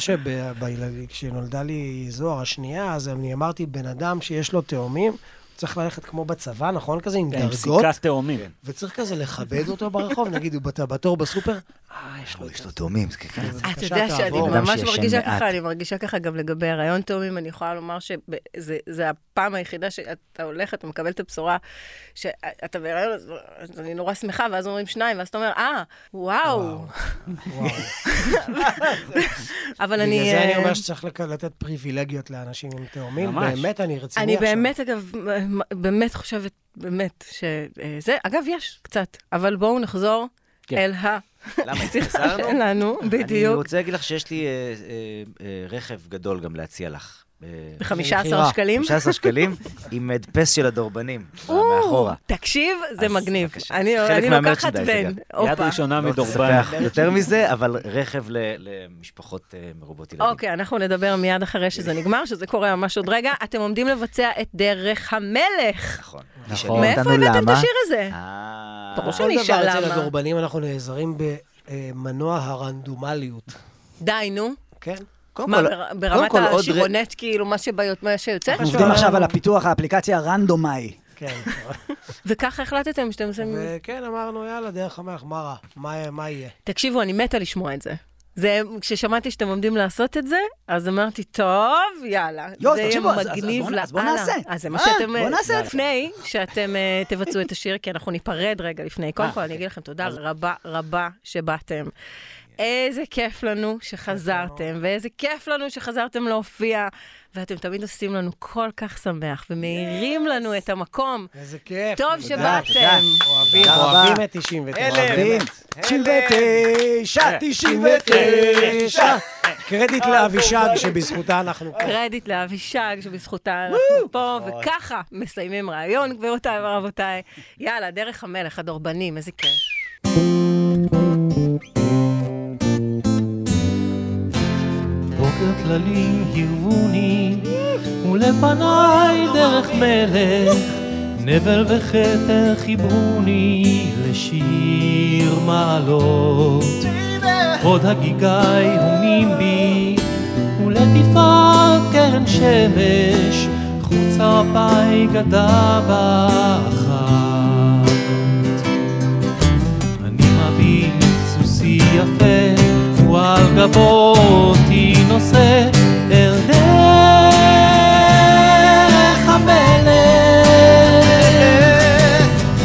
[SPEAKER 3] שכשנולדה לי זוהר השנייה, אז אני אמרתי, בן אדם שיש לו תאומים, הוא צריך ללכת כמו בצבא, נכון? כזה עם
[SPEAKER 5] כן, עם
[SPEAKER 3] דרגות,
[SPEAKER 5] סיכת תאומים.
[SPEAKER 3] וצריך כזה לכבד אותו ברחוב, <laughs> נגיד, הוא בת- בתור בסופר, אה, יש לו...
[SPEAKER 4] יש לו תאומים, זה כן.
[SPEAKER 2] אתה יודע
[SPEAKER 3] בבקשה,
[SPEAKER 2] שאני
[SPEAKER 3] תעבור.
[SPEAKER 4] אדם
[SPEAKER 2] ממש
[SPEAKER 4] שישן
[SPEAKER 2] מרגישה
[SPEAKER 4] מעט.
[SPEAKER 2] ככה, אני מרגישה ככה גם לגבי הריון תאומים, אני יכולה לומר שזו הפעם היחידה שאתה הולך, אתה מקבל את הבשורה, שאתה בהריון, אז- אז אני נורא שמחה, ואז אומרים שניים, ואז אתה אומר, אה, וואו.
[SPEAKER 3] וואו.
[SPEAKER 2] אבל אני...
[SPEAKER 3] בגלל זה אני
[SPEAKER 2] אה,
[SPEAKER 3] אומר שצריך לק- לתת פריבילגיות לאנשים עם תאומים.
[SPEAKER 5] ממש.
[SPEAKER 3] באמת, אני רציני
[SPEAKER 2] אני
[SPEAKER 3] עכשיו.
[SPEAKER 2] באמת, אגב, מ- מ- באמת חושבת, באמת, שזה, אגב, יש קצת, אבל בואו נחזור
[SPEAKER 5] כן.
[SPEAKER 2] אל ה...
[SPEAKER 4] <laughs>
[SPEAKER 2] <laughs>
[SPEAKER 4] למה,
[SPEAKER 2] שיחה
[SPEAKER 4] התחזרנו?
[SPEAKER 2] שלנו,
[SPEAKER 4] אני
[SPEAKER 2] בדיוק.
[SPEAKER 4] רוצה להגיד לך שיש לי אה, אה, אה, רכב גדול גם להציע לך. אה,
[SPEAKER 2] ב-15
[SPEAKER 3] למכירה.
[SPEAKER 2] שקלים. <laughs>
[SPEAKER 4] 15 שקלים עם הדפס של הדורבנים, אה,
[SPEAKER 2] או,
[SPEAKER 4] לא- מאחורה.
[SPEAKER 2] תקשיב, זה
[SPEAKER 4] אז
[SPEAKER 2] מגניב.
[SPEAKER 4] בבקשה.
[SPEAKER 2] אני
[SPEAKER 4] חלק
[SPEAKER 2] אני לוקחת
[SPEAKER 4] מהמרצ'נדייז,
[SPEAKER 2] בן.
[SPEAKER 4] אגב.
[SPEAKER 5] יד
[SPEAKER 2] הופה.
[SPEAKER 5] ראשונה
[SPEAKER 4] לא רוצה
[SPEAKER 5] מדורבן.
[SPEAKER 4] לספח יותר מזה, אבל רכב ל- למשפחות אה, מרובות ילדים.
[SPEAKER 2] אוקיי, אנחנו נדבר מיד אחרי שזה נגמר, שזה קורה ממש עוד רגע. אתם עומדים לבצע את דרך המלך.
[SPEAKER 4] נכון.
[SPEAKER 5] נכון.
[SPEAKER 2] מאיפה הבאתם את השיר הזה?
[SPEAKER 4] אה,
[SPEAKER 2] ברור
[SPEAKER 3] כל
[SPEAKER 2] לא שאני
[SPEAKER 3] דבר
[SPEAKER 2] אשאל
[SPEAKER 3] אצל
[SPEAKER 2] למה.
[SPEAKER 3] הדורבנים אנחנו נעזרים במנוע
[SPEAKER 2] <laughs>
[SPEAKER 3] הרנדומליות.
[SPEAKER 2] די, נו.
[SPEAKER 3] כן?
[SPEAKER 4] קודם
[SPEAKER 2] מה,
[SPEAKER 4] כל-
[SPEAKER 2] בר-
[SPEAKER 4] קודם
[SPEAKER 2] ברמת
[SPEAKER 4] כל, עוד ר-
[SPEAKER 2] השירונט, כאילו, מה שביו- מה שיוצא?
[SPEAKER 6] אנחנו עובדים עכשיו על הפיתוח האפליקציה הרנדומאי.
[SPEAKER 3] כן.
[SPEAKER 2] וככה החלטתם שאתם עושים...
[SPEAKER 3] וכן, אמרנו, יאללה, דרך המלך, מה רע? מה- מה יהיה?
[SPEAKER 2] תקשיבו, אני מתה לשמוע את זה. זה, כששמעתי שאתם עומדים לעשות את זה, אז אמרתי, טוב, יאללה.
[SPEAKER 6] יו, לא, אז
[SPEAKER 2] זה יהיה
[SPEAKER 6] תקשיבו, אז- אז- אז
[SPEAKER 2] מגניב
[SPEAKER 6] בוא- אז בוא
[SPEAKER 2] לאללה."
[SPEAKER 6] נעשה.
[SPEAKER 2] אז זה מה
[SPEAKER 6] אה,
[SPEAKER 2] שאתם...
[SPEAKER 6] בוא נעשה את זה.
[SPEAKER 2] לפני שאתם אה, תבצעו את השיר, כי אנחנו ניפרד רגע
[SPEAKER 6] אה,
[SPEAKER 2] לפני. קודם
[SPEAKER 6] אוקיי.
[SPEAKER 2] כל, אני אגיד לכם תודה רבה רבה שבאתם. איזה כיף לנו שחזרתם, ואיזה כיף לנו שחזרתם להופיע, ואתם תמיד עושים לנו כל כך שמח, ומאירים לנו את המקום.
[SPEAKER 3] איזה כיף.
[SPEAKER 2] טוב
[SPEAKER 3] תודה,
[SPEAKER 2] שבאתם.
[SPEAKER 3] תודה. אוהבים,
[SPEAKER 6] תודה רבה.
[SPEAKER 3] אוהבים את 99.
[SPEAKER 6] אוהבים. 99, 99.
[SPEAKER 3] קרדיט לאבישג, שבזכותה אנחנו כאן.
[SPEAKER 2] קרדיט לאבישג, שבזכותה אנחנו פה, וככה מסיימים ראיון, גבירותיי ורבותיי. יאללה, דרך המלך, הדורבנים, איזה כיף.
[SPEAKER 7] בוקר כללים הרבוני, ולפניי דרך מלך, נבל וכתר חיברוני לשיר מעלות. עוד הגיגי הומים בי, ולתפארת קרן שמש, חוצה פאי גדה באחת. אני מביט סוסי יפה, הוא על גבו אותי נושא, אל דרך המלך.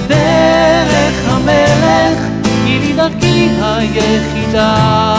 [SPEAKER 7] דרך המלך, היא לי דרכי היחידה.
[SPEAKER 6] לא